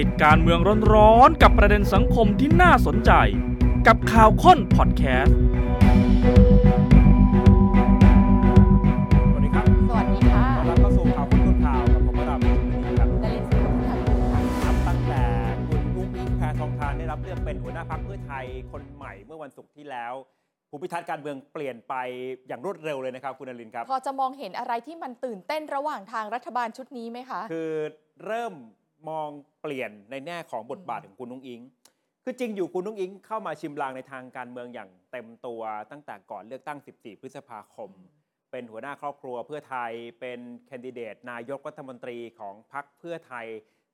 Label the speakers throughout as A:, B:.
A: ติดการเมืองร้อนๆกับประเด็นสังคมที่น่าสนใจ กับข่าวค้นพอดแคสต์
B: สวัสดีครับ
C: สวัสดีค่ะ
B: ขอรับเข้าสู่ข่าวคนคนข่าวกับผมวราวุฒินีครับ
C: ดลินสุขพันธ์ค่ะ
B: นับตั้งแต่คุณอุ้งอิงแพทองทานได้รับเลือกเป็นหัวหน้าพรรคเพื่อไทยคนใหม่เมื่อวันศุกร์ที่แล้วภูมิทัศน์การเมืองเปลี่ยนไปอย่างรวดเร็วเลยนะครับ คุณนลินครับ
C: พอจะมองเห็นอะไรที่มันตื่นเต้นระหว่างทางรัฐบาลชุดนี้ไหมคะ
B: คือเริ่มมองเปลี่ยนในแง่ของบทบาทของคุณนุ้งอิง คือจริงอยู่คุณนุ้งอิงเข้ามาชิมลางในทางการเมืองอย่างเต็มตัวตั้งแต่ก่อนเลือกตั้ง 14 พฤษภาคม เป็นหัวหน้าครอบครัวเพื่อไทยเป็นแคนดิเดตนายกรัฐมนตรีของพรรคเพื่อไทย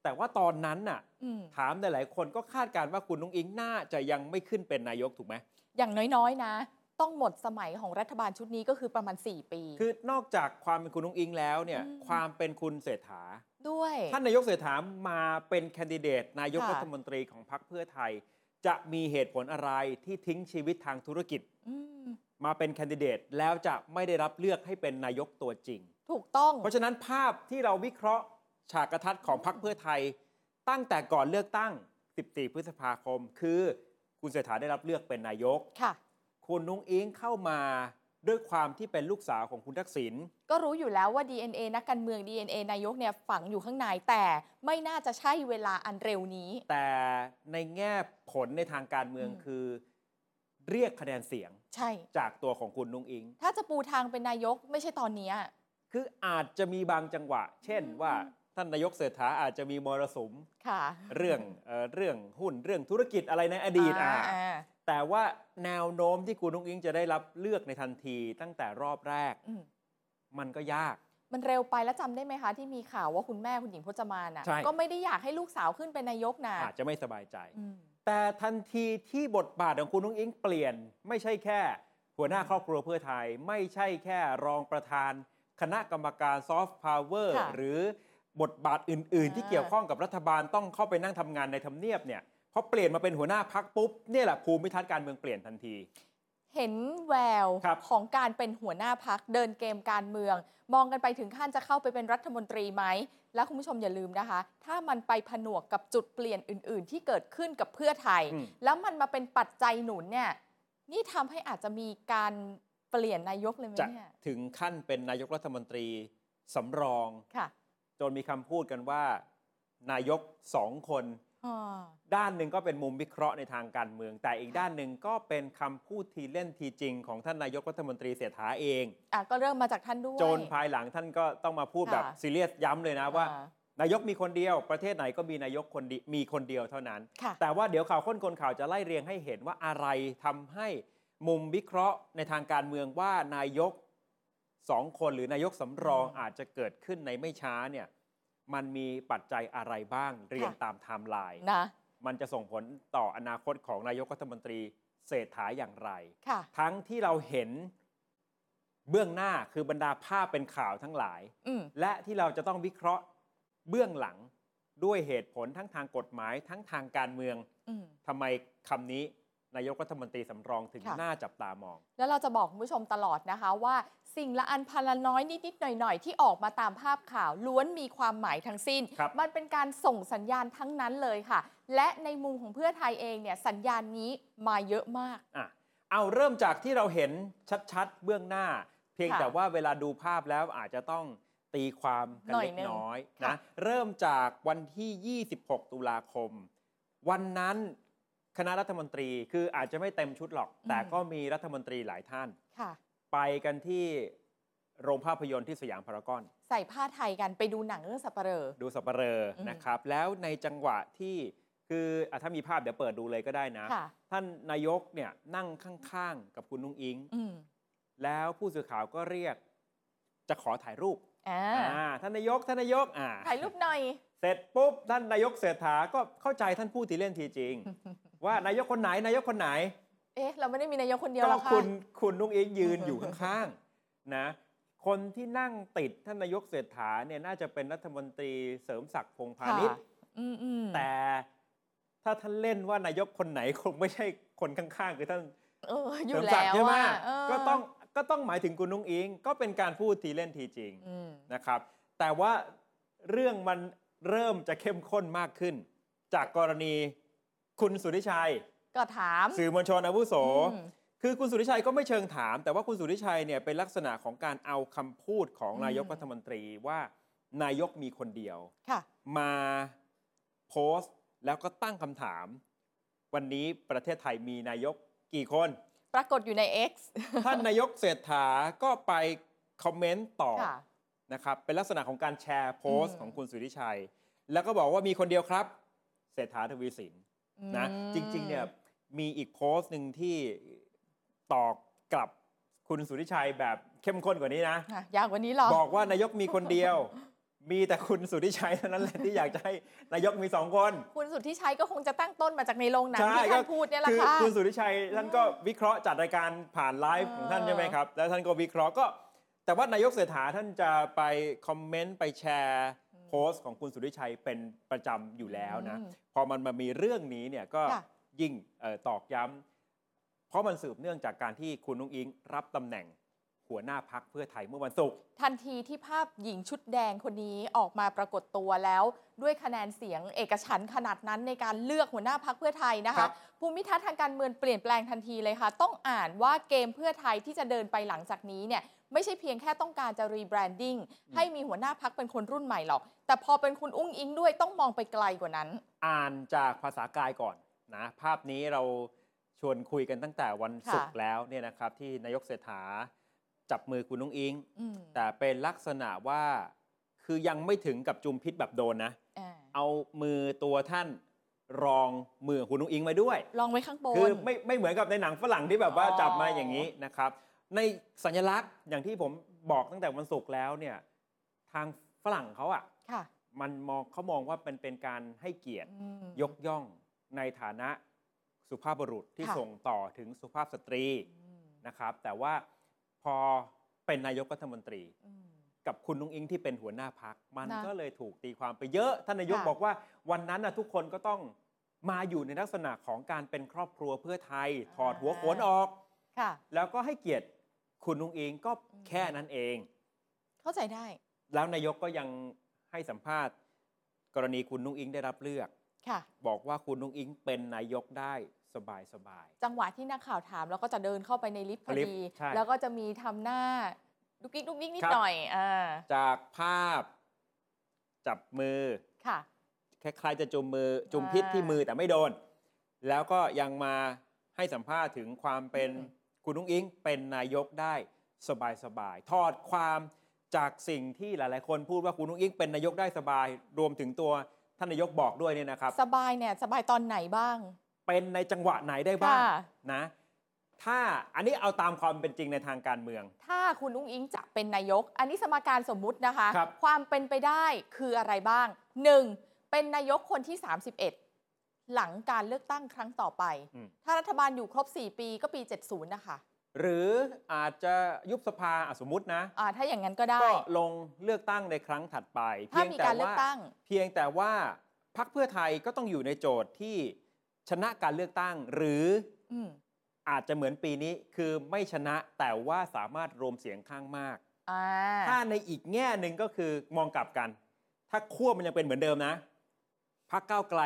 B: แต่ว่าตอนนั้นน่ะ
C: อืม
B: ถามหลายๆคนก็คาดการณ์ว่าคุณนุ้งอิงน่าจะยังไม่ขึ้นเป็นนายกถูกไหม
C: อย่างน้อยๆนะ ต้องหมดสมัยของรัฐบาลชุดนี้ก็คือประมาณ 4 ปี
B: คือนอกจากความเป็นคุณนุ้งอิงแล้วเนี่ย
C: อืม
B: ความเป็นคุณเศรษฐา
C: ด้วย
B: ท่านนายกเศรษฐามาเป็นแคนดิเดต นายก
C: ค่ะ
B: รัฐมนตรีของพรรคเพื่อไทย จะมีเหตุผลอะไรที่ทิ้งชีวิตทางธุรกิจ
C: อืม
B: มาเป็นแคนดิเดต แล้วจะไม่ได้รับเลือกให้เป็นนายกตัวจริง
C: ถูกต้อง
B: เพราะฉะนั้นภาพที่เราวิเคราะห์ฉากกระทัดของพรรคเพื่อไทย ตั้งแต่ก่อนเลือกตั้ง 14 พฤษภาคม คือคุณเศรษฐาได้รับเลือกเป็นนายก
C: ค่ะ
B: คุณนุ้งอิงเข้ามาด้วยความที่เป็นลูกสาวของคุณทักษิณ
C: ก็รู้อยู่แล้วว่า DNA นักการเมือง DNA นายกเนี่ยฝังอยู่ข้างในแต่ไม่น่าจะใช่เวลาอันเร็วนี้
B: แต่ในแง่ผลในทางการเมือง
C: อืม
B: คือ เรียกคะแนนเสียง
C: ใช่
B: จากตัวของคุณนุ้งอิง
C: ถ้าจะปูทางเป็นนายกไม่ใช่ตอนเนี้ย
B: คืออาจจะมีบางจังหวะ เช่นว่า
C: อืม
B: ท่านนายกเศรษฐาอาจจะมีมรสุม
C: ค่ะ
B: เรื่องเอ่อเรื่องหุ้นเรื่องธุรกิจอะไรในอดีตอ่ะ
C: อ่า
B: แต่ว่าแนวโน้มที่คุณนุ้งอิงจะได้รับเลือกในทันที ตั้งแต่รอบแรก
C: อืม
B: มันก็ยาก
C: มันเร็วไปแล้วจำได้ไหมคะ ที่มีข่าวว่าคุณแม่คุณหญิงพจมาน
B: ใช่
C: อะ่ะก็ไม่ได้อยากให้ลูกสาวขึ้นเป็นนายกนะ
B: อาจจะไม่สบายใจ
C: อืม
B: แต่ทันทีที่บทบาทของคุณนุ้งอิงเปลี่ยน ไม่ใช่แค่ หัวหน้าครอบครัวเพื่อไทย ไม่ใช่แค่รองประธาน คณะกรรมการซอฟต์พาวเวอร์
C: ะ
B: หรือบทบาทอื่น ๆ ที่
C: อ่า
B: เกี่ยวข้องกับรัฐบาลต้องเข้าไปนั่งทำงานในทำเนียบเนี่ยพอเปลี่ยนมาเป็นหัวหน้าพักปุ๊บเนี่ยแหละภูมิทัศน์การเมืองเปลี่ยนทันที
C: เห็นแวว
B: ครับ
C: ของการเป็นหัวหน้าพักเดินเกมการเมือง มองกันไปถึงขั้นจะเข้าไปเป็นรัฐมนตรีไหม แล้วคุณผู้ชมอย่าลืมนะคะ ถ้ามันไปผนวกกับจุดเปลี่ยนอื่น ๆ ที่เกิดขึ้นกับเพื่อไทย
B: อืม
C: แล้วมันมาเป็นปัจจัยหนุนเนี่ยนี่ทำให้อาจจะมีการเปลี่ยนนายกเลยไหม
B: จะ
C: เนี่ย
B: ถึงขั้นเป็นนายกรัฐมนตรีสำรอง
C: ค่ะ
B: จนมีคำพูดกันว่า นายกสองคน
C: อ๋อ
B: ด้านหนึ่งก็เป็นมุมวิเคราะห์ในทางการเมือง แต่อีกด้านหนึ่งก็เป็นคำพูดทีเล่นทีจริงของท่านนายกรัฐมนตรีเศรษฐาเอง
C: อ่ะก็เริ่มมาจากท่านด้วย
B: จนภายหลังท่านก็ต้องมาพูด
C: ค่ะ
B: แบบซีเรียสย้ำเลยนะว่า
C: อ่
B: นายกมีคนเดียว ประเทศไหนก็มีนายกคนเดียมีคนเดียวเท่านั้น
C: ค่ะ
B: แต่ว่าเดี๋ยวข่าวค้นคนข่าวจะไล่เรียงให้เห็นว่าอะไรทำให้มุมวิเคราะห์ในทางการเมืองว่านายกสองคนหรือนายกสำรอง
C: อืม
B: อาจจะเกิดขึ้นในไม่ช้าเนี่ยมันมีปัจจัยอะไรบ้างเรียง
C: ค่ะ
B: ตามไทม์ไลน์
C: นะ
B: มันจะส่งผลต่ออนาคตของนายกรัฐมนตรีเศรษฐาอย่างไร
C: ค่ะ
B: ทั้งที่เราเห็นเบื้องหน้าคือบรรดาภาพเป็นข่าวทั้งหลาย
C: อืม
B: และที่เราจะต้องวิเคราะห์เบื้องหลังด้วยเหตุผลทั้งทางกฎหมาย ทั้งทางการเมือง
C: อืม
B: ทำไมคำนี้นายกรัฐมนตรีสำรองถึง
C: ค่ะ
B: น่าจับตามอง
C: แล้วเราจะบอกคุณผู้ชมตลอดนะคะว่าสิ่งละอันพันละน้อยนิด ๆ หน่อย ๆ ที่ออกมาตามภาพข่าวล้วนมีความหมายทั้งสิ้น
B: ครับ
C: มันเป็นการส่งสัญญาณทั้งนั้นเลยค่ะ และในมุมของเพื่อไทยเองเนี่ยสัญญาณนี้มาเยอะมาก
B: อ่ะเอาเริ่มจากที่เราเห็นชัดๆ เบื้องหน้า เพียง
C: ค่ะ
B: แต่ว่าเวลาดูภาพแล้วอาจจะต้องตีความกัน
C: หน่อยห
B: เล็ก
C: นึ่ง
B: น้อย
C: ค่ะ
B: นะเริ่มจากวันที่ 26 ตุลาคม วันนั้นคณะรัฐมนตรีคืออาจจะไม่เต็มชุดหรอก
C: อืม
B: แต่ก็มีรัฐมนตรีหลายท่าน
C: ค่ะ
B: ไปกันที่โรงภาพยนตร์ที่สยามพารากอน
C: ใส่ผ้าไทยกันไปดูหนังเรื่องสัปเหร่อ
B: ดูสับปเหรออ
C: ม
B: นะครับ แล้วในจังหวะที่คืออะถ้ามีภาพเดี๋ยวเปิดดูเลยก็ได้นะ
C: ค่ะ
B: ท่านนายกเนี่ยนั่งข้างๆ กับคุณนุ้งอิง
C: อืม
B: แล้วผู้สื่อข่าวก็เรียกจะขอถ่ายรูป
C: อ่า
B: อ่าท่านนายก ท่านนายกอ่า
C: ถ่ายรูปหน่อย
B: เสร็จปุ๊บ ท่านนายกเศรษฐาก็เข้าใจท่านพูดทีเล่นทีจริง ว่านายกคนไหนนายกคนไหน
C: เอ๊ะ เราไม่ได้มีนายกคนเดียว
B: ก็
C: หรอกค่ะ
B: คุณคุณนุ้งอิงยืนอยู่ข้างๆ นะ คนที่นั่งติดท่านนายกเศรษฐาเนี่ยน่าจะเป็นรัฐมนตรีเสริมศักดิ์พงษ์พาณิชย์
C: ค่ะ อืมอืม
B: แต่ถ้าท่านเล่นว่านายกคนไหนคงไม่ใช่คนข้างๆ คือท่าน
C: เอออ
B: เสริ
C: ยู่
B: มศั
C: แล้
B: กดิ์
C: ว
B: ใช่ไหม
C: อะเ
B: ก็ต้องก็ต้องหมายถึงคุณนุ้งอิง ก็เป็นการพูดทีเล่นทีจริง
C: อืม
B: นะครับ แต่ว่าเรื่องมันเริ่มจะเข้มข้นมากขึ้น จากกรณีคุณสุริชัย
C: ก็ถาม
B: สื่อมวลชนอาวุโส
C: อืม
B: คือคุณสุริชัยก็ไม่เชิงถาม แต่ว่าคุณสุริชัยเนี่ยเป็นลักษณะของการเอาคำพูดของ
C: อืม
B: นายกรัฐมนตรีว่านายกมีคนเดียว
C: ค่ะ
B: มาโพสต์แล้วก็ตั้งคำถาม วันนี้ประเทศไทยมีนายกกี่ คน
C: ปรากฏอยู่ใน X
B: ท่านนายกเศรษฐาก็ไปคอมเมนต์ต่อ
C: ค่ะ
B: นะครับเป็นลักษณะของการแชร์โพส
C: อื
B: ต์
C: ม
B: ของคุณสุริชัย แล้วก็บอกว่ามีคนเดียวครับ เศรษฐาทวีสิน นะ
C: อืม
B: จริงๆเนี่ยมีอีกโพสต์หนึ่งที่ตอบกลับคุณสุริชัยแบบเข้มข้นกว่านี้นะ
C: อ่ะยากกว่านี้เหรอ
B: บอกว่านายกมีคนเดียว มีแต่คุณสุริชัยเท่านั้นแหละที่อยากจะให้นายกมีสองคน
C: คุณสุทธิชัยก็คงจะตั้งต้นมาจากในโรงหนัง
B: ใช่
C: ที่
B: ก็
C: ท่านพูดเนี่ยแหละ
B: คือ
C: ค่ะ
B: คุณสุริชัยท่านก็วิเคราะห์จัดรายการผ่านไลฟ์ของท่าน
C: เออ
B: ใช่ไหมครับ แล้วท่านก็วิเคราะห์ก็ แต่ว่านายกเศรษฐาท่านจะไปคอมเมนต์ไปแชร์โพสต์ของคุณสุริชัยเป็นประจำอยู่แล้วนะ
C: อืม
B: พอมันมามีเรื่องนี้เนี่ยก็
C: ค่ะ
B: ยิ่งเอ่อตอกย้ำเพราะมันสืบเนื่องจากการที่คุณนุ้งอิงรับตำแหน่งหัวหน้าพักเพื่อไทยเมื่อวันศุกร์
C: ทันทีที่ภาพหญิงชุดแดงคนนี้ออกมาปรากฏตัวแล้ว ด้วยคะแนนเสียงเอกฉันท์ขนาดนั้นในการเลือกหัวหน้าพักเพื่อไทยนะ
B: ครั
C: คะ
B: บ
C: ภูมิทัศน์ทางการเมืองเปลี่ยนแปลงทันทีเลยค่ะ ต้องอ่านว่าเกมเพื่อไทยที่จะเดินไปหลังจากนี้เนี่ยไม่ใช่เพียงแค่ต้องการจะรีแบรนดิ้งให้มีหัวหน้าพักเป็นคนรุ่นใหม่หรอก แต่พอเป็นคุณอุ้งอิงด้วยต้องมองไปไกลกว่านั้น
B: อ่านจากภาษากายก่อนนะภาพนี้เราชวนคุยกันตั้งแต่วันศุกร์
C: ค่ะ
B: แล้วเนี่ยนะครับ ที่นายกเศรษฐาจับมือคุณนุ้งอิง
C: อืม
B: แต่เป็นลักษณะว่าคือยังไม่ถึงกับจุมพิษแบบโดนนะ
C: อ่า
B: เอามือตัวท่านรองมือคุณนุ้งอิงไว้ด้วย
C: ลองไว้ข้างบน
B: คือไม่ไม่เหมือนกับในหนังฝรั่งที่แบบว่า
C: อ๋อ
B: จับมาอย่างนี้นะครับ ในสัญลักษณ์อย่างที่ผมบอกตั้งแต่วันศุกร์แล้วเนี่ยทางฝรั่งเขาอะ่ะ
C: ค่ะ
B: มันมองเขามองว่าเป็นเป็นการให้เกียรติ
C: อืม
B: ยกย่องในฐานะสุภาพบุรุษที่
C: ค่ะ
B: ส่งต่อถึงสุภาพสตรี
C: อืม
B: นะครับ แต่ว่าพอเป็นนายกรัฐมนตรี
C: อืม
B: กับคุณนุ้งอิงที่เป็นหัวหน้าพัก มัน
C: นะ
B: ก็เลยถูกตีความไปเยอะ ท่านนายก
C: ค่ะ
B: บอกว่าวันนั้นนะทุกคนก็ต้องมาอยู่ในลักษณะของการเป็นครอบครัวเพื่อไทย ถอดหัวโขนออก
C: ค่ะ
B: แล้วก็ให้เกียรติคุณนุ้งอิงก็แค่นั้นเอง
C: เข้าใจได้
B: แล้วนายกก็ยังให้สัมภาษณ์ กรณีคุณนุ้งอิงได้รับเลือก
C: ค่ะ
B: บอกว่าคุณนุ้งอิงเป็นนายกได้สบายสบาย
C: จังหวะที่นักข่าวถามแล้วก็จะเดินเข้าไปในลิฟต์พอ
B: ลิฟต์
C: ดี
B: ใช่
C: แล้วก็จะมีทำหน้าดุกดิกดุกดิกนิด
B: ครับ
C: หน่อยอ่า
B: ๆจากภาพจับมือ
C: ค่ะ
B: คล้ายๆจะจุมมือจุมพิษที่มือแต่ไม่โดน แล้วก็ยังมาให้สัมภาษณ์ถึงความเป็น
C: อืม
B: คุณนุ้งอิงเป็นนายกได้สบายๆ ทอดความจากสิ่งที่หลายๆ คนพูดว่าคุณนุ้งอิงเป็นนายกได้สบาย รวมถึงตัวท่านนายกบอกด้วยเนี่ยนะครับ
C: สบายเนี่ยสบายตอนไหนบ้าง
B: เป็นในจังหวะไหนได้บ้าง
C: ค่ะ
B: นะ ถ้าอันนี้เอาตามความเป็นจริงในทางการเมือง
C: ถ้าคุณอุ้งอิงจะเป็นนายก อันนี้สมการสมมุตินะคะ
B: ครับ
C: ความเป็นไปได้คืออะไรบ้าง 1. เป็นนายกคนที่ 31 หลังการเลือกตั้งครั้งต่อไป
B: อืม
C: ถ้ารัฐบาลอยู่ครบ 4 ปีก็ปี 70 นะคะ
B: หรืออาจจะยุบสภาอ่ะสมมตินะ
C: อ่าถ้าอย่างนั้นก็ได้
B: ก็ลงเลือกตั้งในครั้งถัดไป
C: ถ้ามีการ
B: พีย
C: เลือกตั้ง
B: เพียงแต่ว่าพักเพื่อไทยก็ต้องอยู่ในโจทย์ที่ชนะการเลือกตั้ง หรือ
C: อืม
B: อาจจะเหมือนปีนี้คือไม่ชนะแต่ว่าสามารถรวมเสียงข้างมาก
C: อ่า
B: ถ้าในอีกแง่หนึ่งก็คือมองกลับกัน ถ้าขั้วมันยังเป็นเหมือนเดิมนะ พักก้าวไกล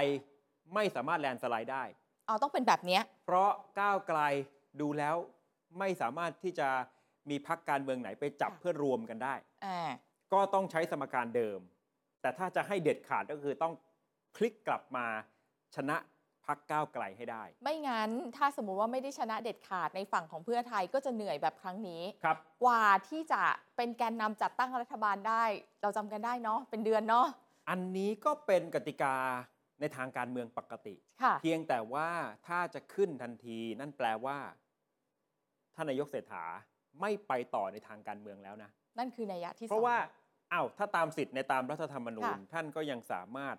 B: ไม่สามารถแลนด์สไลด์ได้
C: เอาต้องเป็นแบบเนี้ย
B: เพราะก้าวไกลดูแล้วไม่สามารถที่จะมีพักการเมืองไหนไปจับ
C: ค่ะ
B: เพื่อรวมกันได้
C: อ่า
B: ก็ต้องใช้สมการเดิม แต่ถ้าจะให้เด็ดขาดก็คือต้องพลิกกลับมาชนะพักก้าวไกลให้ได้
C: ไม่งั้นถ้าสมมุติว่าไม่ได้ชนะเด็ดขาดในฝั่งของเพื่อไทยก็จะเหนื่อยแบบครั้งนี้
B: ครับ
C: กว่าที่จะเป็นแกนนำจัดตั้งรัฐบาลได้ เราจำกันได้เนาะเป็นเดือนเนาะ
B: อันนี้ก็เป็นกติกาในทางการเมืองปกติ
C: ค่ะ
B: เพียงแต่ว่าถ้าจะขึ้นทันทีนั่นแปลว่าท่านนายกเศรษฐาไม่ไปต่อในทางการเมืองแล้วนะ
C: นั่นคือนัยยะที่สอง
B: เพราะว่าอ้าวถ้าตามสิทธิ์ในตามรัฐธรรมนูญ
C: ค่ะ
B: ท่านก็ยังสามารถ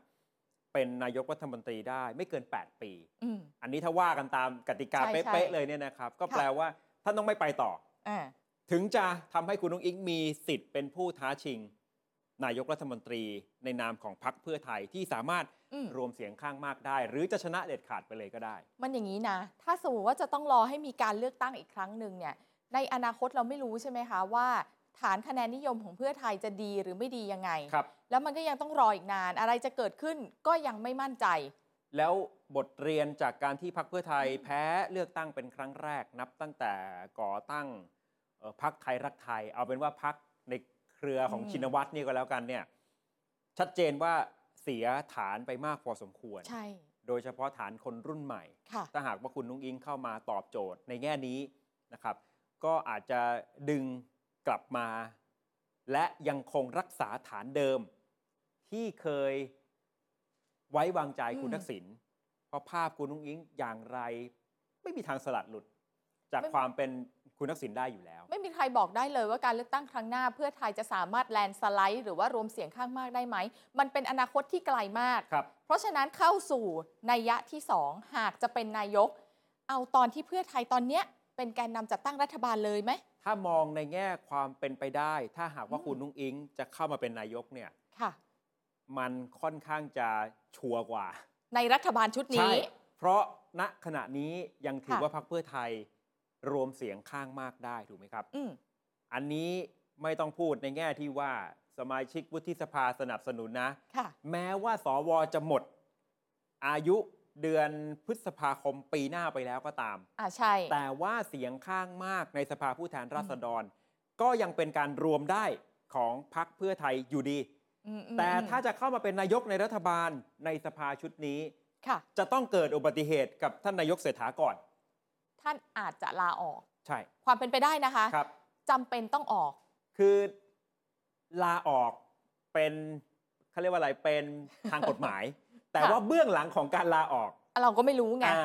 B: เป็นนายกรัฐมนตรีได้ไม่เกิน 8 ปี
C: อืม
B: อันนี้ถ้าว่ากันตามกติกา
C: ใช่
B: เป๊
C: ใช่
B: ะๆเลยเนี่ยนะครับ ก็
C: ค่ะ
B: แปลว่าท่านต้องไม่ไปต่อ
C: อ่า
B: ถึงจะทำให้คุณนุ้งอิงมีสิทธิ์เป็นผู้ท้าชิง นายกรัฐมนตรีในนามของพรรคเพื่อไทยที่สามารถ
C: อืม
B: รวมเสียงข้างมากได้ หรือจะชนะเด็ดขาดไปเลยก็ได้
C: มันอย่างนี้นะ ถ้าสมมติว่าจะต้องรอให้มีการเลือกตั้งอีกครั้งหนึ่งเนี่ย ในอนาคตเราไม่รู้ใช่ไหมคะว่า ฐานคะแนนนิยมของเพื่อไทยจะดีหรือไม่ดียังไง
B: ครับ
C: แล้วมันก็ยังต้องรออีกนาน อะไรจะเกิดขึ้นก็ยังไม่มั่นใจ
B: แล้วบทเรียนจากการที่พักเพื่อไทยแพ้เลือกตั้งเป็นครั้งแรกนับตั้งแต่ก่อตั้งเอ่อพักไทยรักไทย เอาเป็นว่าพักในเครือของ
C: อืม
B: ชินวัตรนี่ก็แล้วกันเนี่ยชัดเจนว่าเสียฐานไปมากพอสมควร
C: ใช่
B: โดยเฉพาะฐานคนรุ่นใหม่
C: ค่ะ
B: ถ้าหากว่าคุณนุ้งอิงเข้ามาตอบโจทย์ในแง่นี้นะครับ ก็อาจจะดึงกลับมา และยังคงรักษาฐานเดิม ที่เคยไว้วางใจคุณ
C: อืม
B: ทักษิณเพราะภาพคุณนุ้งอิงอย่างไร ไม่มีทางสลัดหลุด จาก
C: ไม่
B: ความเป็นคุณทักษิณได้อยู่แล้ว
C: ไม่มีใครบอกได้เลยว่าการเลือกตั้งครั้งหน้า เพื่อไทยจะสามารถแลนด์สไลด์หรือว่ารวมเสียงข้างมากได้ไหม มันเป็นอนาคตที่ไกลมาก
B: ครับ
C: เพราะฉะนั้นเข้าสู่นัยยะที่สองหากจะเป็นนายก เอาตอนที่เพื่อไทยตอนเนี้ยเป็นแกนนำจัดตั้งรัฐบาลเลยไหม
B: ถ้ามองในแง่ความเป็นไปได้ ถ้าหากว่า
C: อืม
B: คุณนุ้งอิงจะเข้ามาเป็นนายกเนี่ย
C: ค่ะ
B: มันค่อนข้างจะชัวร์กว่า
C: ในรัฐบาลชุด
B: ใช่
C: นี้
B: เพราะณขณะนี้ยังถือ
C: ค่ะ
B: ว่าพักเพื่อไทยรวมเสียงข้างมากได้ถูกไหมครับ
C: อืม
B: อันนี้ไม่ต้องพูดในแง่ที่ว่าสมาชิกวุฒิสภาสนับสนุนนะ
C: ค่ะ
B: แม้ว่าสวจะหมด อายุเดือนพฤษภาคมปีหน้าไปแล้วก็ตาม
C: อ่าใช่
B: แต่ว่าเสียงข้างมากในสภาผู้แทนราษฎร ก็ยังเป็นการรวมได้ของพักเพื่อไทยอยู่ดี
C: อืมอืม
B: แต่
C: อืม
B: ถ้าจะเข้ามาเป็นนายกในรัฐบาลในสภาชุดนี้
C: ค่ะ
B: จะต้องเกิดอุบัติเหตุกับท่านนายกเศรษฐาก่อน
C: ท่านอาจจะลาออก
B: ใช่
C: ความเป็นไปได้นะคะ
B: ครับ
C: จำเป็นต้องออก
B: คือลาออกเป็นเขาเรียกว่าอะไรเป็นทางกฎหมาย แต่
C: ค่ะ
B: ว่าเบื้องหลังของการลาออก
C: เราก็ไม่รู้ไง
B: อ่า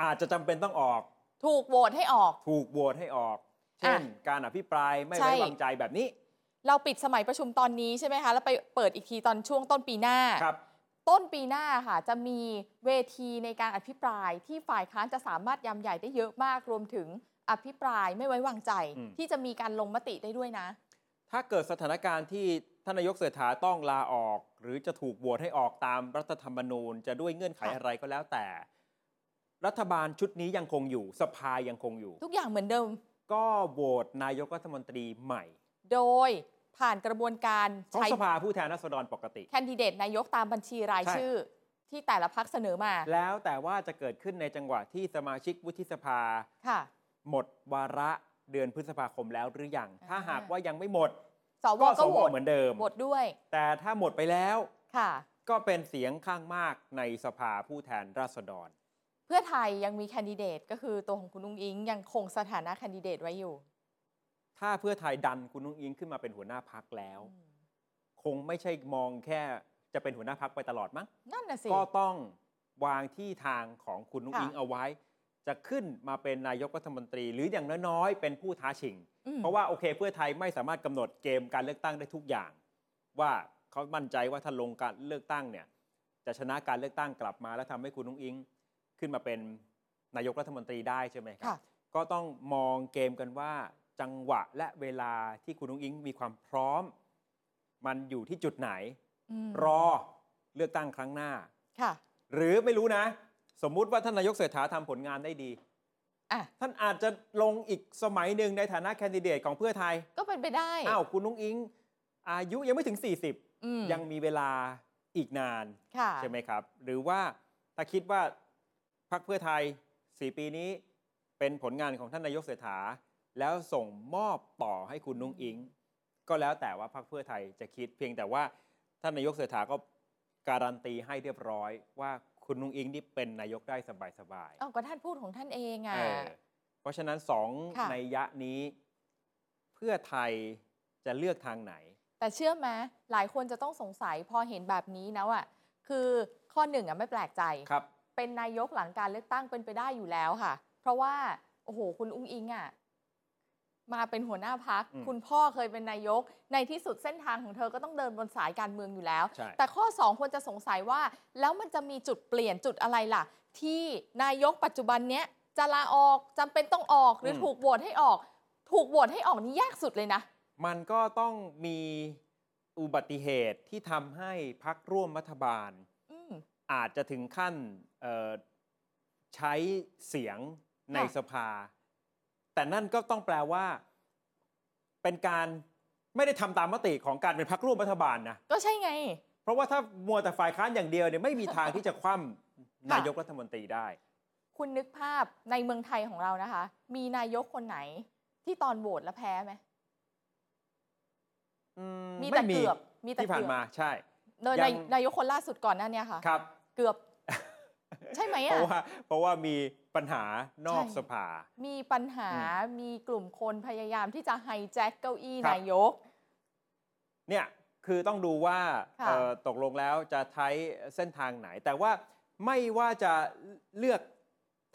B: อาจจะจำเป็นต้องออก
C: ถูกโหวตให้ออก
B: ถูกโหวตให้ออก เช่น การอภิปรายไม่ไว้
C: ใช่
B: วางใจแบบนี้
C: เราปิดสมัยประชุมตอนนี้ใช่ไหมคะ แล้วไปเปิดอีกทีตอนช่วงต้นปีหน้า
B: ครับ
C: ต้นปีหน้าค่ะ จะมีเวทีในการอภิปรายที่ฝ่ายค้านจะสามารถยำใหญ่ได้เยอะมากรวมถึงอภิปรายไม่ไว้วางใจ
B: อืม
C: ที่จะมีการลงมติได้ด้วยนะ
B: ถ้าเกิดสถานการณ์ที่ท่านนายกเศรษฐาต้องลาออก หรือจะถูกโหวตให้ออกตามรัฐธรรมนูญ จะด้วยเงื่อนไข
C: ค่ะ
B: อะไรก็แล้วแต่ รัฐบาลชุดนี้ยังคงอยู่ สภายังคงอยู่
C: ทุกอย่างเหมือนเดิม
B: ก็โหวตนายกรัฐมนตรีใหม่
C: โดยผ่านกระบวนการ
B: ของ
C: ใช้
B: สภาผู้แทนราษฎรปกติ
C: แคนดิเดตนายกตามบัญชีราย
B: ใช่
C: ชื่อ ที่แต่ละพักเสนอมา
B: แล้วแต่ว่าจะเกิดขึ้นในจังหวะที่สมาชิกวุฒิสภา
C: ค่ะ
B: หมดวาระเดือนพฤษภาคมแล้วหรือยัง
C: อ่า
B: ถ้าหากว่ายังไม่หมด
C: สว
B: ก็ส
C: ก็
B: ว
C: โหวต
B: เหมือนเดิม
C: โหวตด้วย
B: แต่ถ้าหมดไปแล้ว
C: ค่ะ
B: ก็เป็นเสียงข้างมากในสภาผู้แทนราษฎร
C: เพื่อไทยยังมีแคนดิเดตก็คือตัวของคุณอุ้งอิง ยังคงสถานะแคนดิเดตไว้อยู่
B: ถ้าเพื่อไทยดันคุณนุ้งอิงขึ้นมาเป็นหัวหน้าพักแล้ว คงไม่ใช่มองแค่จะเป็นหัวหน้าพักไปตลอดมั้ง
C: นั่นน่ะสิ
B: ก็ต้องวางที่ทางของคุณนุ้ง
C: ค่ะ
B: อิงเอาไว้ จะขึ้นมาเป็นนายกรัฐมนตรี หรืออย่างน้อยๆ เป็นผู้ท้าชิง
C: อืม
B: เพราะว่าโอเคเพื่อไทยไม่สามารถกำหนดเกมการเลือกตั้งได้ทุกอย่าง ว่าเขามั่นใจว่าถ้าลงการเลือกตั้งเนี่ยจะชนะการเลือกตั้งกลับมาแล้วทำให้คุณนุ้งอิง ขึ้นมาเป็นนายกรัฐมนตรีได้ใช่ไหมครั
C: ค่ะ
B: บ ก็ต้องมองเกมกันว่าจังหวะและเวลาที่คุณนุ้งอิงมีความพร้อม มันอยู่ที่จุดไหน
C: ม
B: รอเลือกตั้งครั้งหน้า
C: ค่ะ
B: หรือไม่รู้นะ สมมุติว่าท่านนายกเศรษฐาทำผลงานได้ดี
C: อ่ะ
B: ท่านอาจจะลงอีกสมัยหนึ่งในฐานะแคนดิเดตของเพื่อไทย
C: ก็เป็นไปได้
B: อ้าว คุณนุ้งอิง อายุยังไม่ถึง
C: อืม
B: 40 ยังมีเวลาอีกนาน
C: ค่ะ
B: ใช่ไหมครับ หรือว่าถ้าคิดว่าพรรคเพื่อไทย 4 ปีนี้เป็นผลงานของท่านนายกเศรษฐา แล้วส่งมอบต่อให้คุณนุ้งอิง ก็แล้วแต่ว่าพรรคเพื่อไทยจะคิดเพียงแต่ว่าท่านนายกเศรษฐาก็การันตีให้เรียบร้อย ว่าคุณนุ้งอิงนี่เป็นนายกได้สบายๆ
C: อ้าวก็ท่านพูดของท่านเองอ่ะ
B: เออเพราะฉะนั้นสอง
C: ค่ะ
B: ในยยะนี้ เพื่อไทยจะเลือกทางไหน
C: แต่เชื่อไหมหลายคนจะต้องสงสัยพอเห็นแบบนี้นะว่าคือข้อหนึ่งอ่ะไม่แปลกใจ
B: ครับ
C: เป็นนายกหลังการเลือกตั้งเป็นไปได้อยู่แล้วค่ะ เพราะว่า โอ้โห คุณอุ้งอิงอ่ะ มาเป็นหัวหน้าพัก
B: อืม
C: คุณพ่อเคยเป็นนายก ในที่สุดเส้นทางของเธอก็ต้องเดินบนสายการเมืองอยู่แล้ว
B: ใช่
C: แต่ข้อ 2 คนจะสงสัยว่า แล้วมันจะมีจุดเปลี่ยนจุดอะไรล่ะ ที่นายกปัจจุบันเนี้ยจะลาออกจำเป็นต้องออกหรืออ
B: ม
C: ถูกโหวตให้ออก ถูกโหวตให้ออกนี่ยากสุดเลยนะ
B: มันก็ต้องมีอุบัติเหตุที่ทำให้พักร่วมรัฐบาล
C: อืม
B: อาจจะถึงขั้นเอ่อใช้เสียงใน
C: ค่ะ
B: สภา แต่นั่นก็ต้องแปลว่า เป็นการไม่ได้ทำตามมติของการเป็นพักร่วมรัฐบาลนะ
C: ก็ใช่ไง
B: เพราะว่าถ้ามัวแต่ฝ่ายค้านอย่างเดียวเนี่ยไม่มีทางที่จะคว่
C: ะ
B: นายกรัฐมนตรีได้
C: คุณนึกภาพในเมืองไทยของเรานะคะ มีนายกคนไหนที่ตอนโหวตแล้วแพ้ไหม
B: อื
C: มีแต่
B: ไ
C: เกือบมีแต่
B: ที่ผ่าน
C: เกือบ
B: มาใช่
C: โดย
B: ยัง
C: นายกคนล่าสุดก่อนหน้าเนี้ค่ะ
B: ครับ
C: เกื อบ ใช่ไหม
B: เพ
C: อ่ะ
B: ราะว่าเพราะว่ามีปัญหานอก
C: ใช่
B: สภา
C: มีปัญหามีกลุ่มคนพยายามที่จะไฮแจ็คเก้าอี้
B: ครับ
C: นายก
B: เนี่ยคือต้องดูว่า
C: ค่ะ
B: เอ่อตกลงแล้วจะใช้เส้นทางไหน แต่ว่าไม่ว่าจะเลือก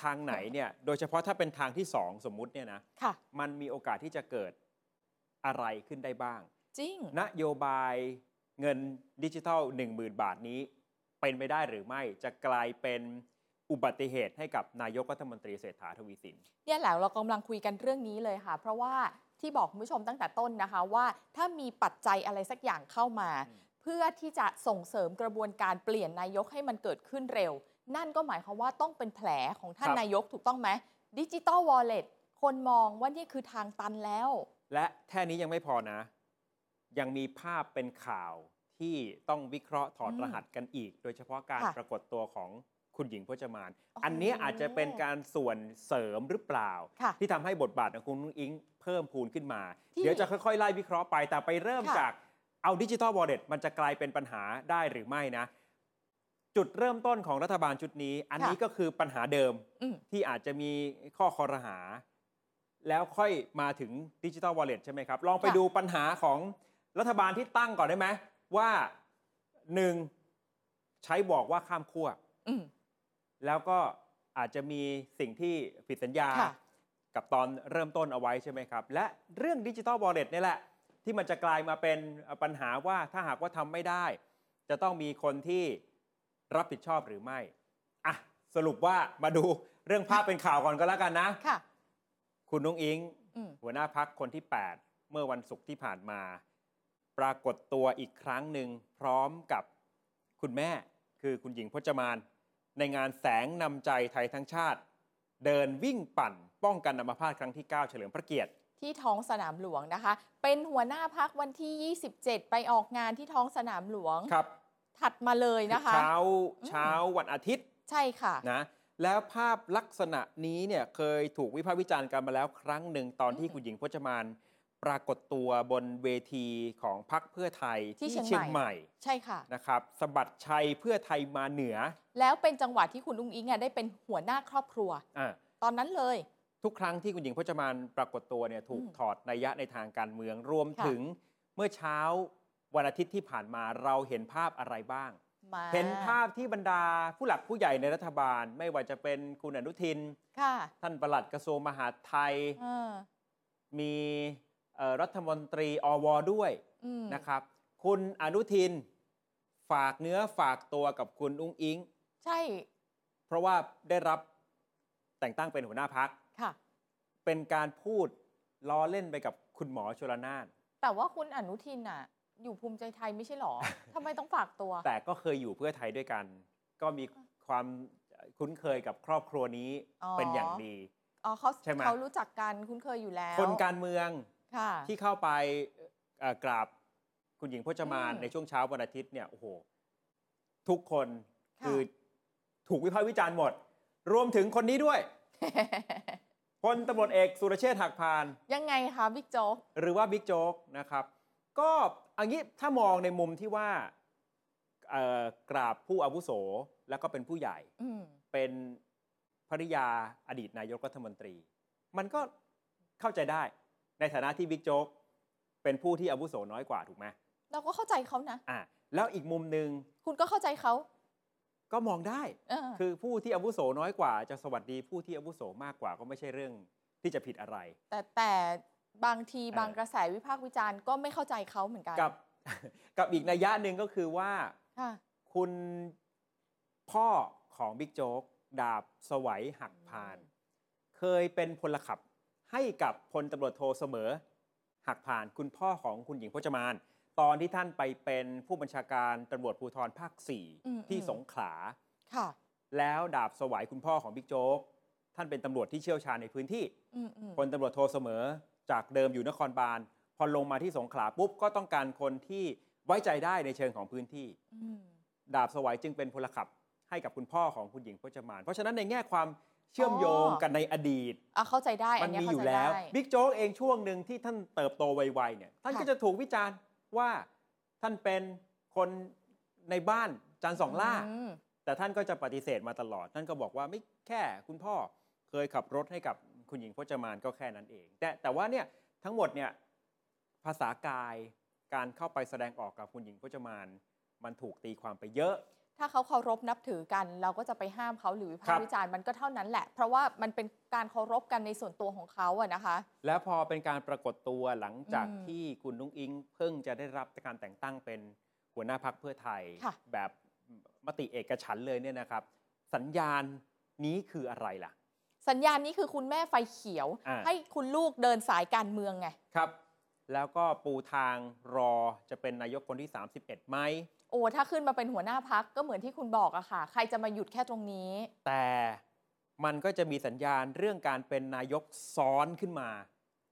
B: ทางไหน
C: ค่ะ
B: เนี่ยโดยเฉพาะถ้าเป็นทางที่สองสมมุติเนี่ยนะ
C: ค่ะ
B: มันมีโอกาสที่จะเกิดอะไรขึ้นได้บ้าง
C: จริง
B: นโยบายเงินดิจิทัล 10,000 บาทนี้ เป็นไปได้หรือไม่จะกลายเป็นอุบัติเหตุให้กับนายกรัฐมนตรีเศรษฐาทวีสิน
C: เนี่ยแหละเรากำลังคุยกันเรื่องนี้เลยค่ะ เพราะว่าที่บอกคุณผู้ชมตั้งแต่ต้นนะคะว่าถ้ามีปัจจัยอะไรสักอย่างเข้ามา
B: อืม
C: เพื่อที่จะส่งเสริมกระบวนการเปลี่ยนนายกให้มันเกิดขึ้นเร็ว นั่นก็หมายความว่าต้องเป็นแผลของท่านนายกถูกต้องไหมดิจิตอลวอลเล็ตคนมองว่านี่คือทางตันแล้ว
B: และแค่นี้ยังไม่พอนะ ยังมีภาพเป็นข่าวที่ต้องวิเคราะห์ถอด
C: อืม
B: รหัสกันอีก โดยเฉพาะการ
C: ค่ะ
B: ปรากฏตัวของคุณหญิงพจมาน
C: โอ้
B: อันนี้อาจจะเป็นการส่วนเสริมหรือเปล่า
C: ค่ะ
B: ที่ทำให้บทบาทของคุณนุ้งอิงเพิ่มพูนขึ้นมา
C: ที่
B: เดี๋ยวจะค่อย ๆ ไล่วิเคราะห์ไป แต่ไปเริ่ม
C: ค่ะ
B: จากเอาดิจิ t a ลวอลเล็ตมันจะกลายเป็นปัญหาได้หรือไม่นะ จุดเริ่มต้นของรัฐบาลชุดนี้ อันนี้ก็คือปัญหาเดิม
C: อืม
B: ที่อาจจะมีข้อคอรหา แล้วค่อยมาถึงดิจิ t a ลวอลเล็ตใช่ไหมครับ ลองไป
C: ค่ะ
B: ดูปัญหาของรัฐบาลที่ตั้งก่อนได้ไหม ว่าหนึ่งใช้บอกว่าข้ามขั้ว
C: อืม
B: แล้วก็อาจจะมีสิ่งที่ผิดสัญญา
C: ค่ะ
B: กับตอนเริ่มต้นเอาไว้ใช่ไหมครับ และเรื่องดิจิ t a ลวอลเล็ตนี่ยแหละ ที่มันจะกลายมาเป็นปัญหาว่าถ้าหากว่าทำไม่ได้ จะต้องมีคนที่รับผิดชอบหรือไม่อ่ะสรุปว่ามาดูเรื่องภาพเป็นข่าวก่อนก็แล้วกันนะ
C: ค่ะ
B: คุณนุ้งอิง
C: อืม
B: หัวหน้าพักคนที่ 8 เมื่อวันศุกร์ที่ผ่านมา ปรากฏตัวอีกครั้งหนึ่งพร้อมกับคุณแม่คือคุณหญิงพจมาน ในงานแสงนำใจไทยทั้งชาติ เดินวิ่งปั่น ป้องกันอัมพาตครั้งที่ 9 เฉลิมพระเกียรติ
C: ที่ท้องสนามหลวงนะคะ เป็นหัวหน้าพักวันที่ 27 ไปออกงานที่ท้องสนามหลวง
B: ครับ
C: ถัดมาเลยนะคะ
B: เช้าเช้าวันอาทิตย์
C: ใช่ค่ะ
B: นะแล้วภาพลักษณะนี้เนี่ยเคยถูกวิพากษ์วิจารณ์กันมาแล้วครั้งหนึ่งตอนที่
C: อืม
B: คุณหญิงพจมาน ปรากฏตัวบนเวทีของพรรคเพื่อไทย
C: ที่
B: ที่
C: เชี
B: เชี
C: ย
B: ย
C: ง
B: ง
C: ให
B: ให
C: ม่
B: ม่
C: ใช่ค่ะ
B: นะครับสะบัดชัยเพื่อไทยมาเหนือ
C: แล้วเป็นจังหวะที่คุณอุ้งอิงอะได้เป็นหัวหน้าครอบครัว
B: อ่ะ
C: ตอนนั้นเลย
B: ทุกครั้งที่คุณหญิงพจมานปรากฏตัวเนี่ยถูก
C: อืม
B: ถอดนัยยะในทางการเมืองรวม
C: ค่ะ
B: ถึงเมื่อเช้าวันอาทิตย์ที่ผ่านมาเราเห็นภาพอะไรบ้าง
C: มา
B: เห็นภาพที่บรรดาผู้หลักผู้ใหญ่ในรัฐบาล ไม่ว่าจะเป็นคุณอนุทิน
C: ค่ะ
B: ท่านปลัดกระทรวงมหาดไทย
C: เออ
B: มีเอ่อรัฐมนตรีอวด้วย
C: อืม
B: นะครับ คุณอนุทินฝากเนื้อฝากตัวกับคุณอุ้งอิง
C: ใช่
B: เพราะว่าได้รับแต่งตั้งเป็นหัวหน้าพัก
C: ค่ะ
B: เป็นการพูดล้อเล่นไปกับคุณหมอชลนาน
C: แต่ว่าคุณอนุทินอะอยู่ภูมิใจไทยไม่ใช่ หรอ ทำไมต้องฝากตัว
B: แต่ก็เคยอยู่เพื่อไทยด้วยกัน ก็มีความคุ้นเคยกับครอบครัวนี้
C: อ๋อ
B: เป็นอย่างดี
C: อ๋อเขา
B: ใช่ไหม
C: เขารู้จักกันคุ้นเคยอยู่แล้ว
B: คนการเมือง
C: ค่ะ
B: ที่เข้าไปเอ่อกราบคุณหญิงพจมาน
C: อืม
B: ในช่วงเช้าวันอาทิตย์เนี่ยโอ้โห ทุกคน
C: ค่ะ
B: คือถูกวิพากษ์วิจารณ์หมด รวมถึงคนนี้ด้วยพลตำรวจเอกสุรเชษฐ์หักพาน
C: ยังไงคะบิ๊กโจ๊ก
B: หรือว่าบิ๊กโจ๊กนะครับ ก็เอันนี้ถ้ามองในมุมที่ว่าเอ่อกราบผู้อาวุโสแล้วก็เป็นผู้ใหญ่
C: อืม
B: เป็นภริยาอดีตนายกรัฐมนตรี มันก็เข้าใจได้ในฐานะที่บิ๊กโจ๊กเป็นผู้ที่อาวุโสน้อยกว่าถูกไหม
C: เราก็เข้าใจเขานะ
B: อ่าแล้วอีกมุมหนึ่ง
C: คุณก็เข้าใจเขา
B: ก็มองได้
C: เออ
B: คือผู้ที่อาวุโสน้อยกว่า จะสวัสดีผู้ที่อาวุโสมากกว่าก็ไม่ใช่เรื่องที่จะผิดอะไร
C: แต่แต่บางที
B: เออ
C: บางกระแสวิพากษ์วิจารณ์ก็ไม่เข้าใจเขาเหมือนกัน
B: กับ กับอีกนัยยะหนึ่งก็คือว่า
C: ค่ะ
B: คุณพ่อของบิ๊กโจ๊ก ดาบสวัยหักพาน
C: อืม
B: เคยเป็นพลขับให้กับพลตำรวจโทเสมอ หักพานคุณพ่อของคุณหญิงพจมาน ตอนที่ท่านไปเป็นผู้บัญชาการตำรวจภูธรภาคสี่
C: อืม
B: ที่
C: อืม
B: สงขลา
C: ค่ะ
B: แล้วดาบสวัยคุณพ่อของบิ๊กโจ๊ก ท่านเป็นตำรวจที่เชี่ยวชาญในพื้นที่
C: อืมอืม
B: พลตำรวจโทเสมอจากเดิมอยู่นครบาลพอลงมาที่สงขลาปุ๊บก็ต้องการคนที่ไว้ใจได้ในเชิงของพื้นที่
C: อืม
B: ดาบสวัยจึงเป็นพลขับให้ ให้กับคุณพ่อของคุณหญิงพจมาน เพราะฉะนั้นในแง่ความเชื่อมโยงกันในอดีต
C: อ่ะเข้าใจได้
B: มั
C: อั
B: น
C: นเนี้ย
B: มีอ
C: เข้า
B: ยู่
C: ใจ
B: แล้ว
C: ได้
B: บิ๊กโจ๊กเองช่วงหนึ่งที่ท่านเติบโตไวๆเนี่ยท่าน
C: ค่ะ
B: ก็จะถูกวิจารณ์ว่าท่านเป็นคนในบ้านจานสองล่า
C: ม
B: แต่ท่านก็จะปฏิเสธมาตลอด ท่านก็บอกว่าไม่แค่คุณพ่อเคยขับรถให้กับคุณหญิงพจมานก็แค่นั้นเอง แต่แต่ว่าเนี่ยทั้งหมดเนี่ยภาษากายการเข้าไปแสดงออกกับคุณหญิงพจมาน มันถูกตีความไปเยอะ
C: ถ้าเขาเคารพนับถือกัน เราก็จะไปห้ามเขาหรือวิ
B: ค
C: พาก
B: รับ
C: ษ์วิจารณ์มันก็เท่านั้นแหละ เพราะว่ามันเป็นการเคารพกันในส่วนตัวของเขาอะนะคะ
B: แล้วพอเป็นการปรากฏตัวหลังจาก
C: อืม
B: ที่คุณนุ้งอิง เพิ่งจะได้รับการแต่งตั้งเป็นหัวหน้าพักเพื่อไทย
C: ค่ะ
B: แบบมติเอกฉันท์เลยเนี่ยนะครับ สัญญาณนี้คืออะไรล่ะ
C: สัญญาณนี้คือคุณแม่ไฟเขียว
B: อ่า
C: ให้คุณลูกเดินสายการเมืองไง
B: ครับ แล้วก็ปูทางรอจะเป็นนายกคนที่ 31ไหม
C: โอ้ถ้าขึ้นมาเป็นหัวหน้าพักก็เหมือนที่คุณบอกอะค่ะ ใครจะมาหยุดแค่ตรงนี้
B: แต่มันก็จะมีสัญญาณเรื่องการเป็นนายกซ้อนขึ้นมา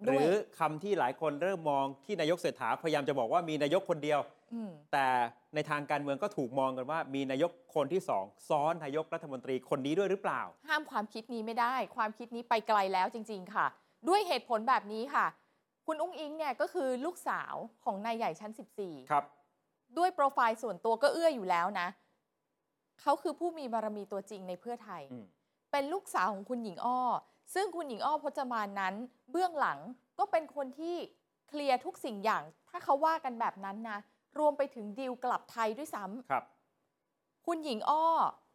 B: ห
C: ด้วย
B: รือคำที่หลายคนเริ่มมองที่นายกเศรษฐาพยายามจะบอกว่ามีนายกคนเดียว
C: อืม
B: แต่ในทางการเมืองก็ถูกมองกันว่า มีนายกคนที่สองซ้อนนายกรัฐมนตรีคนนี้ด้วยหรือเปล่า
C: ห้ามความคิดนี้ไม่ได้ ความคิดนี้ไปไกลแล้วจริง ๆ ค่ะ ด้วยเหตุผลแบบนี้ค่ะ คุณอุ้งอิงเนี่ยก็คือลูกสาวของนายใหญ่ชั้น 14
B: ครับ
C: ด้วยโปรไฟล์ส่วนตัวก็เอื้ออยู่แล้วนะ เขาคือผู้มีบารมีตัวจริงในเพื่อไทย
B: อืม
C: เป็นลูกสาวของคุณหญิงอ้อ ซึ่งคุณหญิงอ้อพจมานนั้น เบื้องหลังก็เป็นคนที่เคลียร์ทุกสิ่งอย่าง ถ้าเขาว่ากันแบบนั้นนะ รวมไปถึงดีลกลับไทยด้วยซ้ำ
B: ครับ
C: คุณหญิงอ้อ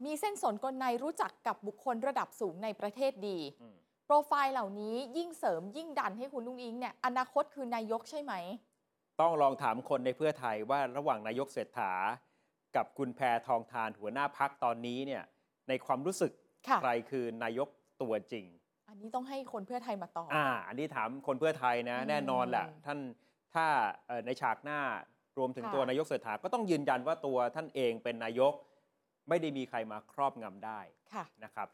C: มีเส้นสนกลในรู้จักกับบุคคลระดับสูงในประเทศดี
B: อืม
C: โปรไฟล์เหล่านี้ยิ่งเสริมยิ่งดันให้คุณลุงอิงเนี่ย อนาคตคือนายกใช่ไหม
B: ต้องลองถามคนในเพื่อไทยว่าระหว่างนายกเศรษฐา กับคุณแพทองทานหัวหน้าพักตอนนี้เนี่ยในความรู้สึก
C: ค่ะ
B: ใครคือนายกตัวจริง
C: อันนี้ต้องให้คนเพื่อไทยมาตอบ
B: อ่า อันนี้ถามคนเพื่อไทยนะ
C: อืม
B: แน่นอนแหละท่านถ้าเอ่อในฉากหน้ารวมถึง
C: ค่ะ
B: ตัวนายกเศรษฐาก็ต้องยืนยันว่าตัวท่านเองเป็นนายกไม่ได้มีใครมาครอบงำได้
C: ค่ะ
B: นะครับ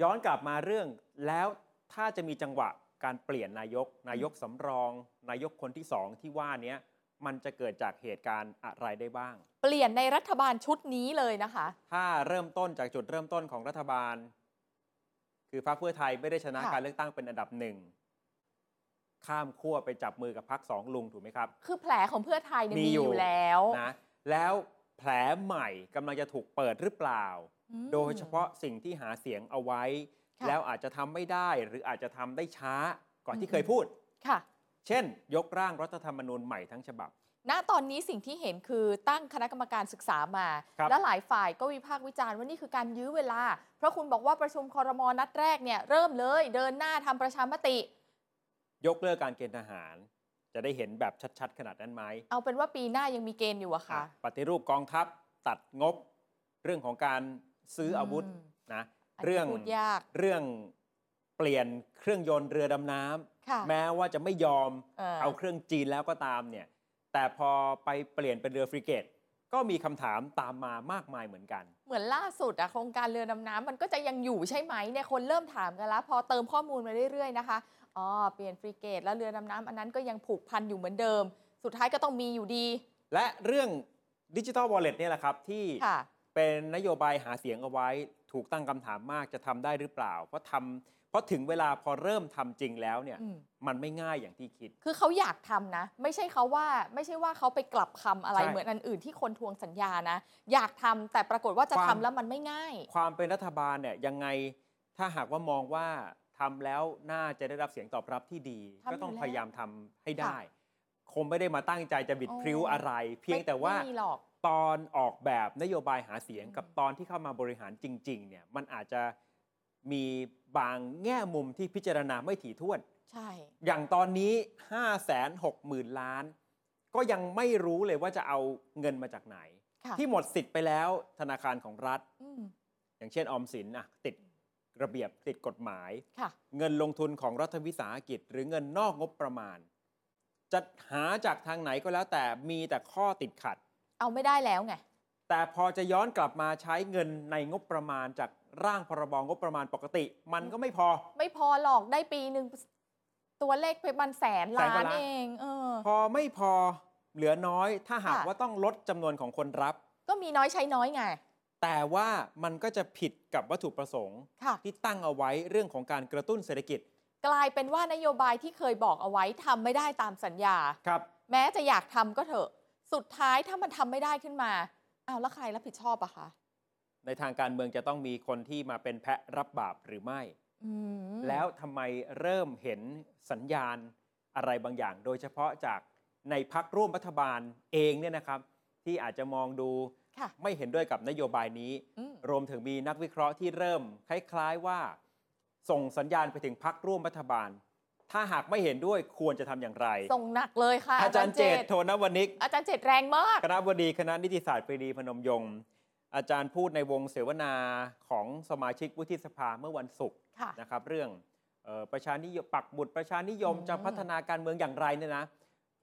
B: ย้อนกลับมาเรื่องแล้วถ้าจะมีจังหวะการเปลี่ยนนายก นายกสำรอง นายกคนที่สองที่ว่าเนี้ยมันจะเกิดจากเหตุการณ์อะไรได้บ้าง
C: เปลี่ยนในรัฐบาลชุดนี้เลยนะคะ
B: ถ้าเริ่มต้นจากจุดเริ่มต้นของรัฐบาล คือพรรคเพื่อไทยไม่ได้ชนะ
C: ค่ะ
B: การเลือกตั้งเป็นอันดับหนึ่งข้ามขั้วไปจับมือกับพรรคสองลุงถูกไหมครับ
C: คือแผลของเพื่อไทยเนี่ย
B: มี
C: มี
B: อ
C: อยู่ ยู่แล้ว
B: นะแล้วแผลใหม่กำลังจะถูกเปิดหรือเปล่า
C: อืม
B: โดยเฉพาะสิ่งที่หาเสียงเอาไว้
C: ค่ะ
B: แล้วอาจจะทำไม่ได้หรืออาจจะทำได้ช้ากว่าที่เคยพูด
C: ค่ะ
B: เช่น ยกร่างรัฐธรรมนูญใหม่ทั้งฉบับ
C: ณตอนนี้สิ่งที่เห็นคือตั้งคณะกรรมการศึกษามา
B: ครับ
C: และหลายฝ่ายก็วิพากษ์วิจารณ์ว่านี่คือการยื้อเวลา เพราะคุณบอกว่าประชุมคอรมอนัดแรกเนี่ยเริ่มเลย เดินหน้าทำประชามติ
B: ยกเลิกการเกณฑ์ทหาร จะได้เห็นแบบชัดๆ ขนาดนั้นไหม
C: เอาเป็นว่าปีหน้ายังมีเกณฑ์อยู่อะค่ะ
B: ปฏิรูปกองทัพตัดงบ เรื่องของการซื้ออาวุธ
C: อืม
B: นะ
C: อัน
B: เรื่
C: นี้
B: อง
C: พูดยาก
B: เรื่องเปลี่ยนเครื่องยนต์เรือดำน้
C: ค่ะ
B: ำแม้ว่าจะไม่ยอม
C: เออ
B: เอาเครื่องจีนแล้วก็ตามเนี่ย แต่พอไปเปลี่ยนเป็นเรือฟริเกต ก็มีคำถามตามมามากมายเหมือนกัน
C: เหมือนล่าสุดอะโครงการเรือดำน้ำมันก็จะยังอยู่ใช่ไหมเนี่ยคนเริ่มถามกันแล้ว พอเติมข้อมูลมาเรื่อยๆนะคะอ๋อเปลี่ยนฟริเกตแล้วเรือดำน้ำอันนั้นก็ยังผูกพันอยู่เหมือนเดิม สุดท้ายก็ต้องมีอยู่ดี
B: และเรื่องดิจิ t a ลวอลเล็ตเนี่ยแหละครับ ที่
C: ค่ะ
B: เป็นนโยบายหาเสียงเอาไว้ถูกตั้งคำถามมากจะทำได้หรือเปล่า เพราะทำเพราะถึงเวลาพอเริ่มทำจริงแล้วเนี่ย
C: อืม
B: มันไม่ง่ายอย่างที่คิด
C: คือเขาอยากทำนะ ไม่ใช่เขาว่าไม่ใช่ว่าเขาไปกลับคำอะไร
B: ใช่
C: เหมือนอันอื่นที่คนทวงสัญญานะ อยากทำแต่ปรากฏว่าจะทำแล้วมันไม่ง่าย
B: ความเป็นรัฐบาลเนี่ยยังไงถ้าหากว่ามองว่าทำแล้วน่าจะได้รับเสียงตอบรับที่ดี
C: ทำอยู่
B: ก็ต้อง
C: แล้ว
B: พยายามทำให้ได้
C: ค่ะ
B: คงไม่ได้มาตั้งใจจะบิด
C: โอ้
B: พริ้วอะไร เพียงแต่ว่า
C: ไม่ไม่มีหรอก
B: ตอนออกแบบนโยบายหาเสียง
C: อืม
B: กับตอนที่เข้ามาบริหารจริง ๆ เนี่ยมันอาจจะมีบางแง่มุมที่พิจารณาไม่ถี่ถ้วน
C: ใช่
B: อย่างตอนนี้ 5 6 0 0 0 0 ล้าน ก็ยังไม่รู้เลยว่าจะเอาเงินมาจากไหน
C: ค่ะ
B: ที่หมดสิทธิ์ไปแล้วธนาคารของรัฐ
C: อืม
B: อย่างเช่นออมสินอะติดระเบียบติดกฎหมาย
C: ค่ะ
B: เงินลงทุนของรัฐวิสาหกิจ หรือเงินนอกงบประมาณ จะหาจากทางไหนก็แล้วแต่มีแต่ข้อติดขัด
C: เอาไม่ได้แล้วไง
B: แต่พอจะย้อนกลับมาใช้เงินในงบประมาณจากร่างพรบงบประมาณปกติ มันก็ไม่พอ
C: ไม่พอหรอกได้ปีหนึ่งตัวเลขไปมันแสนล้า
B: แสนกว่าน ล้าน
C: เองเออ
B: พอไม่พอเหลือน้อย ถ้าหาก
C: ค่ะ
B: ว่าต้องลดจำนวนของคนรับ
C: ก็มีน้อยใช้น้อยไง
B: แต่ว่ามันก็จะผิดกับวัตถุประสงค์
C: ค่ะ
B: ที่ตั้งเอาไว้เรื่องของการกระตุ้นเศรษฐกิจ
C: กลายเป็นว่านโยบายที่เคยบอกเอาไว้ทำไม่ได้ตามสัญญา
B: ครับ
C: แม้จะอยากทำก็เถอะ สุดท้ายถ้ามันทำไม่ได้ขึ้นมาอ้าวแล้วใครรับผิดชอบอะคะ
B: ในทางการเมืองจะต้องมีคนที่มาเป็นแพะรับบาปหรือไม่
C: อืม
B: แล้วทำไมเริ่มเห็นสัญญาณอะไรบางอย่าง โดยเฉพาะจากในพักร่วมรัฐบาลเองเนี่ยนะครับ ที่อาจจะมองดู
C: ค่ะ
B: ไม่เห็นด้วยกับนโยบายนี้
C: อืม
B: รวมถึงมีนักวิเคราะห์ที่เริ่มคล้ายๆว่า ส่งสัญญาณไปถึงพักร่วมรัฐบาล ถ้าหากไม่เห็นด้วยควรจะทำอย่างไร
C: ส่งหนักเลยค่ะ
B: อาจารย์เจตโทนวนิก
C: อาจารย์เจ็ดแรงมาก
B: คณะบดีคณะนิติศาสตร์ปรีดีพนมยงค์อาจารย์พูดในวงเสวนาของสมาชิกวุฒิสภาเมื่อวันศุกร์
C: ค่ะ
B: นะครับ เรื่องเออประชานิยมปักหมุดประชานิยม
C: อืม
B: จะพัฒนาการเมืองอย่างไรเนี่ยนะ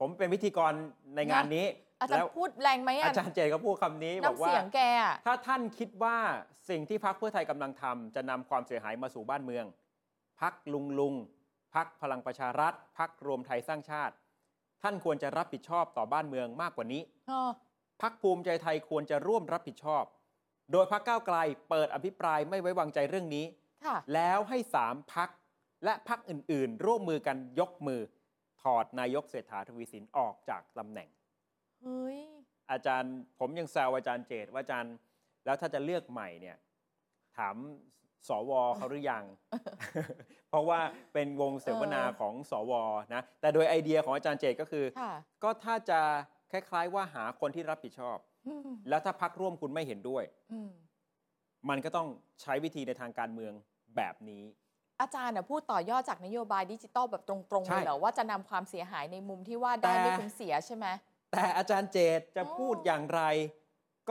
B: ผมเป็นพิธีกรในงานนี้
C: อาจาร
B: แล้ว
C: ย์พูดแรงไหม
B: อา
C: อะ
B: จารย์เจก็พูดคำนี้บอก
C: น้ำ
B: ว่า
C: เสียงแกอะ
B: ถ้าท่านคิดว่าสิ่งที่พักเพื่อไทยกำลังทำจะนำความเสียหายมาสู่บ้านเมือง พักลุงลุงพักพลังประชารัฐพักรวมไทยสร้างชาติ ท่านควรจะรับผิดชอบต่อบ้านเมืองมากกว่านี้
C: เออ
B: พักภูมิใจไทยควรจะร่วมรับผิดชอบ โดยพักก้าวไกลเปิดอภิปรายไม่ไว้วางใจเรื่องนี้
C: ค่ะ
B: แล้วให้สามพักและพักอื่นๆ ร่วมมือกันยกมือ ถอดนายกเศรษฐาทวีสินออกจากตำแหน่ง
C: เฮ้ย
B: อาจารย์ผมยังแซวอาจารย์เจตว่าอาจารย์ แล้วถ้าจะเลือกใหม่เนี่ยถามสวเขาหรือ ยัง เพราะว่าเป็นวงเสวนา
C: เออ
B: ของสวนะแต่โดยไอเดียของอาจารย์เจตก็คือ
C: ค่ะ
B: ก็ถ้าจะคล้ายๆ ว่าหาคนที่รับผิดชอบ
C: อืม
B: แล้วถ้าพักร่วมคุณไม่เห็นด้วย
C: อืม
B: มันก็ต้องใช้วิธีในทางการเมืองแบบนี้
C: อาจารย์น่ะพูดต่อยอดจากนโยบายดิจิตอลแบบตรงๆ
B: ใช่
C: เลยเหรอว่าจะนำความเสียหายในมุมที่ว่าได้
B: แต่
C: ไม่คุ้มเสียใช่ไหม
B: แต่อาจารย์เจตจะ
C: อ๋อ
B: พูดอย่างไร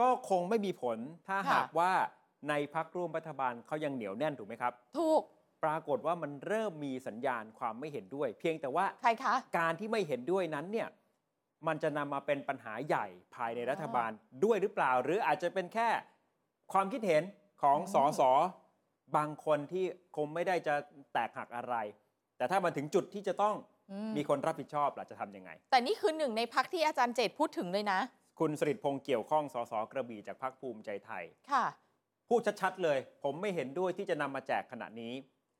B: ก็คงไม่มีผลถ้า
C: ค่ะ
B: หากว่าในพักร่วมรัฐบาลเขายังเหนียวแน่นถูกไหมครับ
C: ถูก
B: ปรากฏว่ามันเริ่มมีสัญญาณความไม่เห็นด้วย เพียงแต่ว่า
C: ใครคะ
B: การที่ไม่เห็นด้วยนั้นเนี่ยมันจะนำมาเป็นปัญหาใหญ่ภายในรัฐบาลด้วยหรือเปล่า หรืออาจจะเป็นแค่ความคิดเห็นของ
C: อืม
B: สสบางคนที่คงไม่ได้จะแตกหักอะไร แต่ถ้ามันถึงจุดที่จะต้อง
C: อืม
B: มีคนรับผิดชอบล่ะจะทำยังไง
C: แต่นี่คือหนึ่งในพักที่อาจารย์เจตพูดถึงเลยนะ
B: คุณสริตพงษ์เกี่ยวข้องสสกระบี่จากพรรคภูมิใจไทย
C: ค่ะ
B: พูดชัดๆเลย ผมไม่เห็นด้วยที่จะนำมาแจกขณะนี้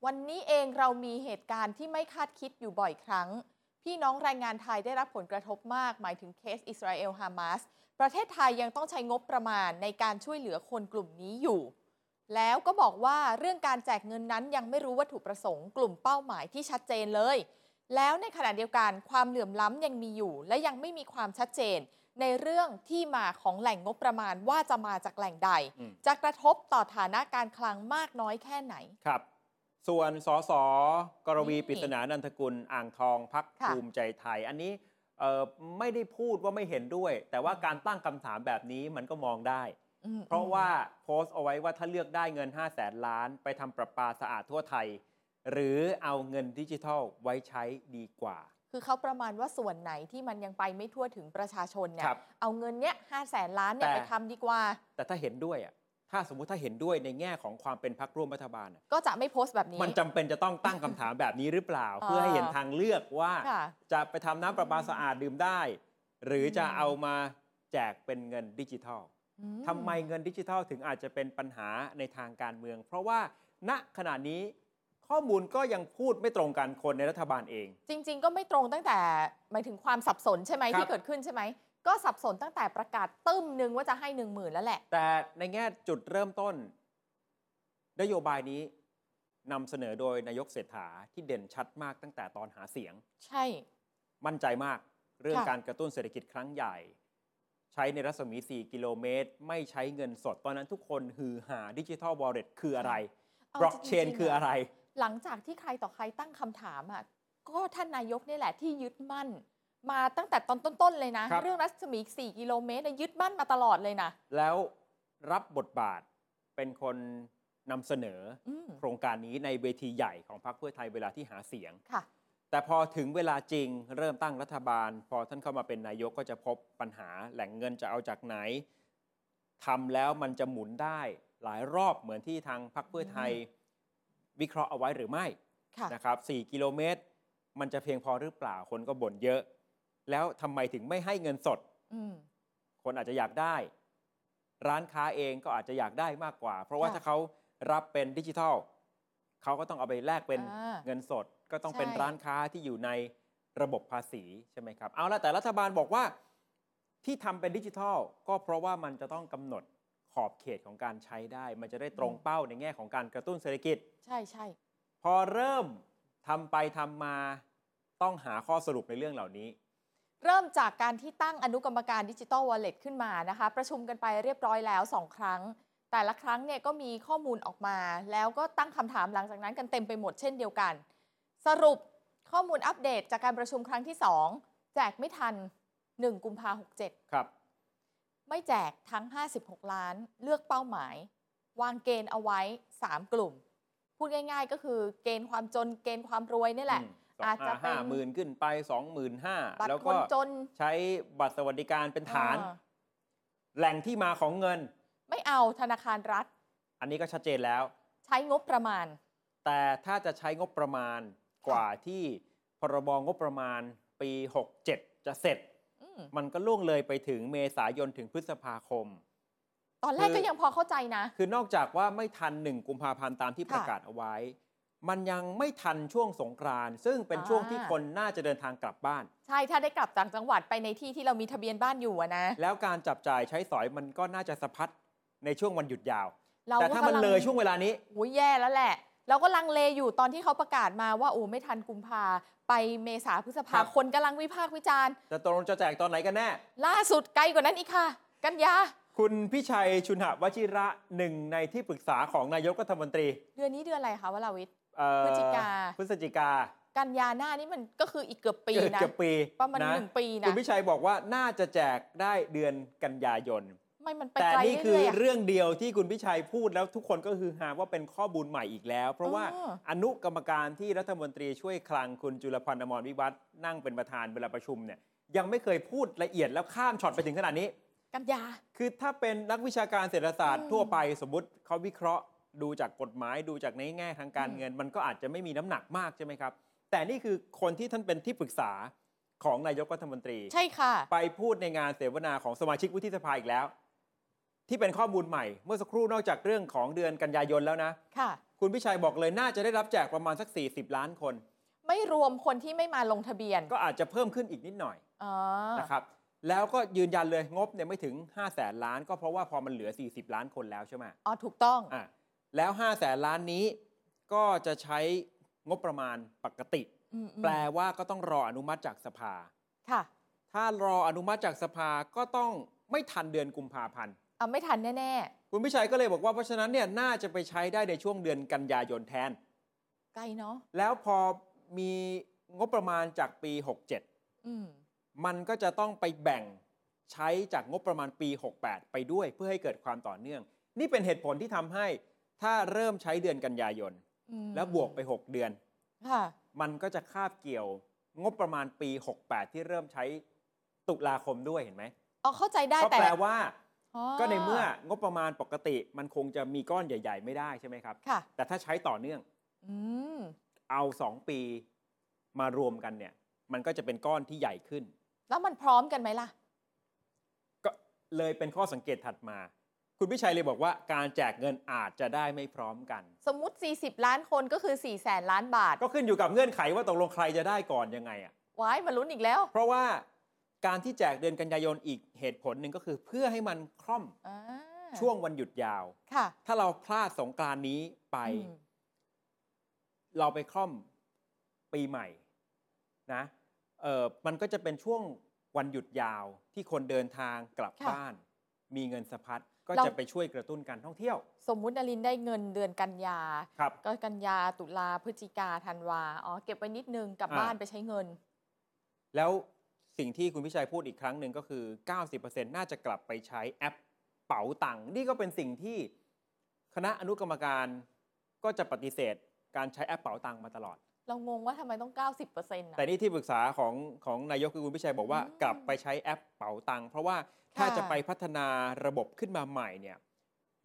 C: วันนี้เองเรามีเหตุการณ์ที่ไม่คาดคิดอยู่บ่อยครั้ง พี่น้องแรงงานไทยได้รับผลกระทบมาก หมายถึงเคสอิสราเอลฮามาสประเทศไทยยังต้องใช้งบประมาณในการช่วยเหลือคนกลุ่มนี้อยู่ แล้วก็บอกว่าเรื่องการแจกเงินนั้นยังไม่รู้วัตถุประสงค์กลุ่มเป้าหมายที่ชัดเจนเลย แล้วในขณะเดียวกันความเหลื่อมล้ำยังมีอยู่ และยังไม่มีความชัดเจน ในเรื่องที่มาของแหล่งงบประมาณว่าจะมาจากแหล่งใด
B: อืม
C: จะกระทบต่อฐานะการคลังมากน้อยแค่ไหน
B: ครับ ส่วนสสกรวี
C: นี่
B: ปริศนานันทกุลอ่างทองพัก
C: ค่ะ
B: ภูมิใจไทย อันนี้เอ่อไม่ได้พูดว่าไม่เห็นด้วย แต่ว่าการตั้งคำถามแบบนี้มันก็มองได้
C: อืม
B: เพราะว่าโพสต์เอาไว้ว่าถ้าเลือกได้เงิน 5 0 0แสนล้านไปทำประปาสะอาดทั่วไทย หรือเอาเงินดิจิทัลไว้ใช้ดีกว่า
C: คือเขาประมาณว่าส่วนไหนที่มันยังไปไม่ทั่วถึงประชาชนเนี่
B: ค
C: ย
B: รับ
C: เอาเงินเนี้ยห้าแสนล้านเนี่ย
B: แต่
C: ไปทำดีกว่า
B: แต่ถ้าเห็นด้วยอ่ะ ถ้าสมมุติถ้าเห็นด้วยในแง่ของความเป็นพักร่วมรัฐบาลอะ
C: ก็จะไม่โพสต์แบบนี้
B: มันจำเป็นจะต้องตั้งคำถามแบบนี้หรือเปล่า
C: อ่า
B: เพื่อให้เห็นทางเลือกว่า
C: ค่ะ
B: จะไปทำน้ำประปาสะอาดดื่มได้ หรือจะ
C: อืม
B: เอามาแจกเป็นเงินดิจิทัล
C: อื
B: ทำไมเงินดิจิทัลถึงอาจจะเป็นปัญหาในทางการเมือง เพราะว่าณขณะนี้ข้อมูลก็ยังพูดไม่ตรงกันคนในรัฐบาลเอง
C: จริง ๆ ก็ไม่ตรงตั้งแต่หมายถึงความสับสนใช่ไหม
B: ครับ
C: ที่เกิดขึ้นใช่ไหม ก็สับสนตั้งแต่ประกาศตึ้มหนึ่งว่าจะให้หนึ่งหมื่นแล้วแหละ
B: แต่ในแง่จุดเริ่มต้น นโยบายนี้นำเสนอโดยนายกเศรษฐาที่เด่นชัดมากตั้งแต่ตอนหาเสียง
C: ใช่
B: มั่นใจมากเรื่อง
C: ค่ะ
B: การกระตุ้นเศรษฐกิจครั้งใหญ่ ใช้ในรัศมี 4 กิโลเมตร ไม่ใช้เงินสด ตอนนั้นทุกคนฮือหาดิจิทัลวอลเล็ตคืออะไร
C: า
B: บล็อกเชน
C: จงๆ
B: คืออะไร
C: หลังจากที่ใครต่อใครตั้งคำถามอ่ะก็ท่านนายกเนี่ยแหละที่ยึดมั่น มาตั้งแต่ตอนต้นๆเลยนะ
B: ครับ
C: เรื่องรัศมี4กิโลเมตรเนี่ยยึดมั่นมาตลอดเลยนะ
B: แล้วรับบทบาทเป็นคนนำเสนอ
C: อืม
B: โครงการนี้ในเวทีใหญ่ของพรรคเพื่อไทยเวลาที่หาเสียง
C: ค่ะ
B: แต่พอถึงเวลาจริงเริ่มตั้งรัฐบาล พอท่านเข้ามาเป็นนายกก็จะพบปัญหาแหล่งเงินจะเอาจากไหนทำแล้วมันจะหมุนได้หลายรอบเหมือนที่ทางพรรคเพื่อไทยวิเคราะห์เอาไว้หรือไม่
C: ค่ะ
B: นะครับ4กิโลเมตร มันจะเพียงพอหรือเปล่าคนก็บ่นเยอะ แล้วทำไมถึงไม่ให้เงินสด
C: อืม
B: คนอาจจะอยากได้ ร้านค้าเองก็อาจจะอยากได้มากกว่า เพราะว่า
C: ค่ะ
B: ถ้าเขารับเป็นดิจิทัลเขาก็ต้องเอาไปแลกเป็น
C: อ่า
B: เงินสด ก็ต้องเป็น
C: ใช่
B: ร้านค้าที่อยู่ในระบบภาษีใช่ไหมครับเอาละแต่รัฐบาลบอกว่าที่ทำเป็นดิจิทัลก็เพราะว่ามันจะต้องกำหนดขอบเขตของการใช้ได้ มันจะได้ตรงเป้าในแง่ของการกระตุ้นเศรษฐกิจ
C: ใช่ใช่
B: พอเริ่มทำไปทำมาต้องหาข้อสรุปในเรื่องเหล่านี้
C: เริ่มจากการที่ตั้งอนุกรรมการดิจิ t a l วอลเล็ตขึ้นมานะคะ ประชุมกันไปเรียบร้อยแล้ว 2 ครั้ง แต่ละครั้งเนี่ยก็มีข้อมูลออกมา แล้วก็ตั้งคำถามหลังจากนั้นกันเต็มไปหมดเช่นเดียวกัน สรุปข้อมูลอัปเดตจากการประชุมครั้งที่ 2 แจกไม่ทัน 1 กุมภาหกเจ็ด
B: ครับ
C: ไม่แจกทั้ง 56 ล้านเลือกเป้าหมาย วางเกณฑ์เอาไว้ 3 กลุ่ม พูดง่ายๆ ก็คือเกณฑ์ความจนเกณฑ์ความรวยนี่แหละ อา
B: อา
C: จ
B: จ
C: จะ
B: จะ
C: เป็น
B: ห้าหมื่นขึ้นไปสองหมื่นห้า
C: บัต
B: แล้ว
C: รค
B: ก็
C: นจน
B: ใช้บัตรสวัสดิการเป็นฐาน
C: อ่
B: แหล่งที่มาของเงิน
C: ไม่เอาธนาคารรัฐ
B: อันนี้ก็ชัดเจนแล้ว
C: ใช้งบประมาณ
B: แต่ถ้าจะใช้งบประมาณกว่าที่พรบงบประมาณปี 67 จะเสร็จ
C: อืม
B: มันก็ล่วงเลยไปถึงเมษายนถึงพฤษภาคม
C: ตอนแรกก็ยังพอเข้าใจนะ
B: คือนอกจากว่าไม่ทัน 1 กุมภาพันธ์ตามที่
C: ค่ะ
B: ประกาศเอาไว้ มันยังไม่ทันช่วงสงกรานต์ซึ่งเป็นช่วง
C: อ่า
B: ที่คนน่าจะเดินทางกลับบ้าน
C: ใช่ถ้าได้กลับต่างจังหวัดไปในที่ที่เรามีทะเบียนบ้านอยู่อะนะ
B: แล้วการจับจ่ายใช้สอยมันก็น่าจะสะพัดในช่วงวันหยุดยาว
C: เรา
B: แต่ถ้าก
C: ก็ำ
B: มัน
C: ลัง
B: เลยช่วงเวลานี้
C: โอ้ยแย่แล้วแหละ เราก็ลังเลอยู่ตอนที่เขาประกาศมาว่าโอ้ไม่ทันกุมภาไปเมษาพฤษภา
B: ครับ
C: คนกำลังวิพากษ์วิจารณ์
B: จะตกลงจะแจกตอนไหนกันแน่
C: ล่าสุดไกลกว่านั้นอีกค่ะ กันยา
B: คุณพิชัยชุนหวชิระหนึ่งในที่ปรึกษาของนายกรัฐมนตรี
C: เดือนนี้เดือนอะไรคะวราวิทย์
B: เอ่อ
C: พฤศจิกา
B: พฤศจิกา
C: กันยาหน้านี่มันก็คืออีกเกือบปี
B: เกือบ
C: นะ
B: เกือบปี
C: ประมาณ
B: น
C: หนึ่งปีนะ
B: คุณพิชัยบอกว่าน่าจะแจกได้เดือนกันยายน
C: ไม่มันไป
B: แต่
C: ไกล
B: นี่คื
C: เรื่อยๆอะ
B: เรื่องเดียวที่คุณพิชัยพูดแล้วทุกคนก็คือหาว่าเป็นข้อมูลใหม่อีกแล้ว เพราะว่า
C: อ๋อ
B: อนุกรรมการที่รัฐมนตรีช่วยคลังคุณจุลพันธ์อมรวิวัฒน์นั่งเป็นประธานเวลาประชุมเนี่ยยังไม่เคยพูดละเอียดแล้วข้ามช็อตไปถึงขนาดนี้
C: กันยา
B: คือถ้าเป็นนักวิชาการเศรษฐศาสต
C: อื
B: ร์
C: ม
B: ทั่วไปสมมติเขาวิเคราะห์ ดูจากกฎหมายดูจากในแง่ทางการ
C: อืม
B: เงิน มันก็อาจจะไม่มีน้ำหนักมากใช่ไหมครับ แต่นี่คือคนที่ท่านเป็นที่ปรึกษาของนายกรัฐมนตรี
C: ใช่ค่ะ
B: ไปพูดในงานเสวนาของสมาชิกวุฒิสภาอีกแล้ว ที่เป็นข้อมูลใหม่ เมื่อสักครู่นอกจากเรื่องของเดือนกันยายนแล้วนะ
C: ค่ะ
B: คุณพิชัยบอกเลยน่าจะได้รับแจกประมาณสัก 40 ล้านคน
C: ไม่รวมคนที่ไม่มาลงทะเบียน
B: ก็อาจจะเพิ่มขึ้นอีกนิดหน่อย
C: อ๋อ
B: นะครับแล้วก็ยืนยันเลยงบเนี่ยไม่ถึง 5 0 0แสนล้าน ก็เพราะว่าพอมันเหลือ 40 ล้านคนแล้วใช่ไหม
C: อ๋อถูกต้อง
B: อ่ะแล้ว 5 0 0แสนล้านนี้ก็จะใช้งบประมาณปกติ
C: อืมๆ
B: แปลว่าก็ต้องรออนุมัติจากสภา
C: ค่ะ
B: ถ้ารออนุมัติจากสภาก็ต้องไม่ทันเดือนกุมภาพันธ์
C: เอาไม่ทันแน่
B: คุณพิชัยก็เลยบอกว่าเพราะฉะนั้นเนี่ยน่าจะไปใช้ได้ในช่วงเดือนกันยายนแทน
C: ๆ ไกลเนาะ
B: แล้วพอมีงบประมาณจากปี
C: อืม
B: 67 มันก็จะต้องไปแบ่งใช้จากงบประมาณปี 68 ไปด้วยเพื่อให้เกิดความต่อเนื่อง นี่เป็นเหตุผลที่ทำให้ถ้าเริ่มใช้เดือนกันยายน
C: อืม
B: แล้วบวกไป 6 เดือน
C: ค่ะ
B: มันก็จะคาบเกี่ยวงบประมาณปี 68 ที่เริ่มใช้ตุลาคมด้วยเห็นไหม
C: อ๋อเข้าใจได้
B: ก็
C: แต่
B: แปลว่า
C: อ๋อ
B: ก็ในเมื่องบประมาณปกติมันคงจะมีก้อนใหญ่ ๆ ไม่ได้ใช่ไหมครับ
C: ค่ะ
B: แต่ถ้าใช้ต่อเนื่อง
C: อืม
B: เอา 2 ปีมารวมกันเนี่ย มันก็จะเป็นก้อนที่ใหญ่ขึ้น
C: แล้วมันพร้อมกันไหมล่ะ
B: ก็เลยเป็นข้อสังเกตถัดมา คุณพิชัยเลยบอกว่าการแจกเงินอาจจะได้ไม่พร้อมกัน
C: สมมุติ 40 ล้านคนก็คือ4ี่แสนล้านบาท
B: ก็ขึ้นอยู่กับเงื่อนไขว่าตกลงใครจะได้ก่อนยังไงอ่ะ
C: ว้ายมาลุ้นอีกแล้ว
B: เพราะว่าการที่แจกเดือนกันยายนอีกเหตุผลหนึ่งก็คือ เพื่อให้มันคล่อม
C: อ่า
B: ช่วงวันหยุดยาว
C: ค่ะ
B: ถ้าเราพลาดสงกรานต์นี้ไป
C: อืม
B: เราไปคล่อมปีใหม่นะเออมันก็จะเป็นช่วงวันหยุดยาวที่คนเดินทางกลับ
C: ค่ะ
B: บ้าน มีเงินสะพัดก็
C: เรา
B: จะไปช่วยกระตุ้นการท่องเที่ยว
C: สมมุตินารินได้เงินเดือนกันยา
B: ครับ
C: ก็กันยาตุลาพฤศจิกาธันวา อ๋อ เก็บไว้นิดนึงกลับ
B: อ่า
C: บ้านไปใช้เงิน
B: แล้วสิ่งที่คุณพิชัยพูดอีกครั้งหนึ่งก็คือ 90%น่าจะกลับไปใช้แอปเป๋าตังค์นี่ก็เป็นสิ่งที่คณะอนุกรรมการก็จะปฏิเสธการใช้แอปเป๋าตังค์มาตลอด
C: เรางงว่าทำไมต้อง 90%อนะ
B: แต่นี่ที่ปรึกษาของของนายกคือคุณพิชัยบอกว่า
C: อืม
B: กลับไปใช้แอปเป๋าตังค์เพราะว่าถ้า
C: ค่ะ
B: จะไปพัฒนาระบบขึ้นมาใหม่เนี่ย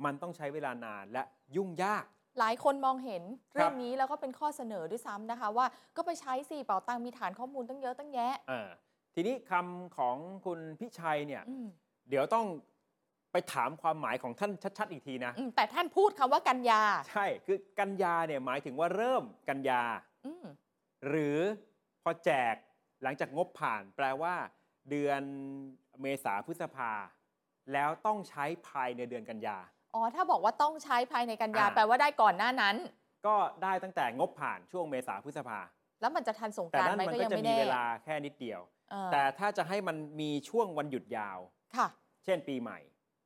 B: มันต้องใช้เวลานานและยุ่งยาก
C: หลายคนมองเห็นเรื่องนี้แล้วก็เป็นข้อเสนอด้วยซ้ำนะคะ ว่าก็ไปใช้สิเป๋าตังค์มีฐานข้อมูลตั้งเยอะตั้งแยะ
B: เออทีนี้คำของคุณพิชัยเนี่ย
C: อืม
B: เดี๋ยวต้อง ไปถามความหมายของท่านชัดๆอีกทีนะ
C: อืมแต่ท่านพูดคำว่ากันยา
B: ใช่ คือกันยาเนี่ยหมายถึงว่าเริ่มกันยา
C: อืม
B: หรือพอแจกหลังจากงบผ่านแปลว่า เดือนเมษาพฤษภา แล้วต้องใช้ภายในเดือนกันยา
C: อ๋อ ถ้าบอกว่าต้องใช้ภายในกันยา
B: อ่า
C: แปลว่าได้ก่อนหน้านั้น
B: ก็ได้ตั้งแต่งบผ่านช่วงเมษาพฤษภา
C: แล้วมันจะทันสงก
B: แต่
C: ราร
B: นั่น
C: ไหม
B: มัน
C: ก็
B: ก็
C: ยัง
B: จะ
C: ไม่
B: มี
C: แน่
B: เวลาแค่นิดเดียว
C: เออ
B: แต่ถ้าจะให้มันมีช่วงวันหยุดยาว
C: ค่ะ
B: เช่นปีใหม่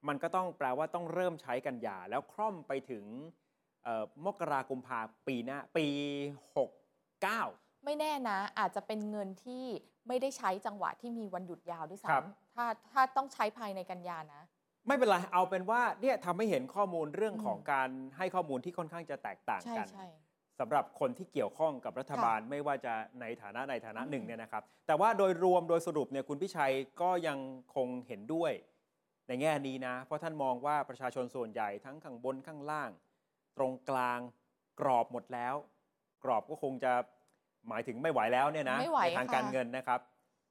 B: มันก็ต้องแปลว่าต้องเริ่มใช้กันยา แล้วคล่อมไปถึงเอ่อมกราคมพาปีหน้าปี 69
C: ไม่แน่นะ อาจจะเป็นเงินที่ไม่ได้ใช้จังหวะที่มีวันหยุดยาวด้วย
B: ครับ
C: ซ้ำถ้าถ้าต้องใช้ภายในกันยานะ
B: ไม่เป็นไร เอาเป็นว่าเนี่ยทำให้เห็นข้อมูลเรื่อง
C: อืม
B: ของการให้ข้อมูลที่ค่อนข้างจะแตกต่าง
C: ใช่
B: กัน
C: ใช่
B: สำหรับคนที่เกี่ยวข้องกับรัฐบาลไม่ว่าจะในฐานะในฐานะ
C: อืม
B: หนึ่งเนี่ยนะครับ แต่ว่าโดยรวมโดยสรุปเนี่ยคุณพิชัยก็ยังคงเห็นด้วย ในแง่นี้นะ เพราะท่านมองว่าประชาชนส่วนใหญ่ทั้งข้างบนข้างล่าง ตรงกลางกรอบหมดแล้ว กรอบก็คงจะหมายถึงไม่ไหวแล้วเนี่ยนะ
C: ไม่ไหว
B: ในทางการ
C: ค่ะ
B: เงินนะครับ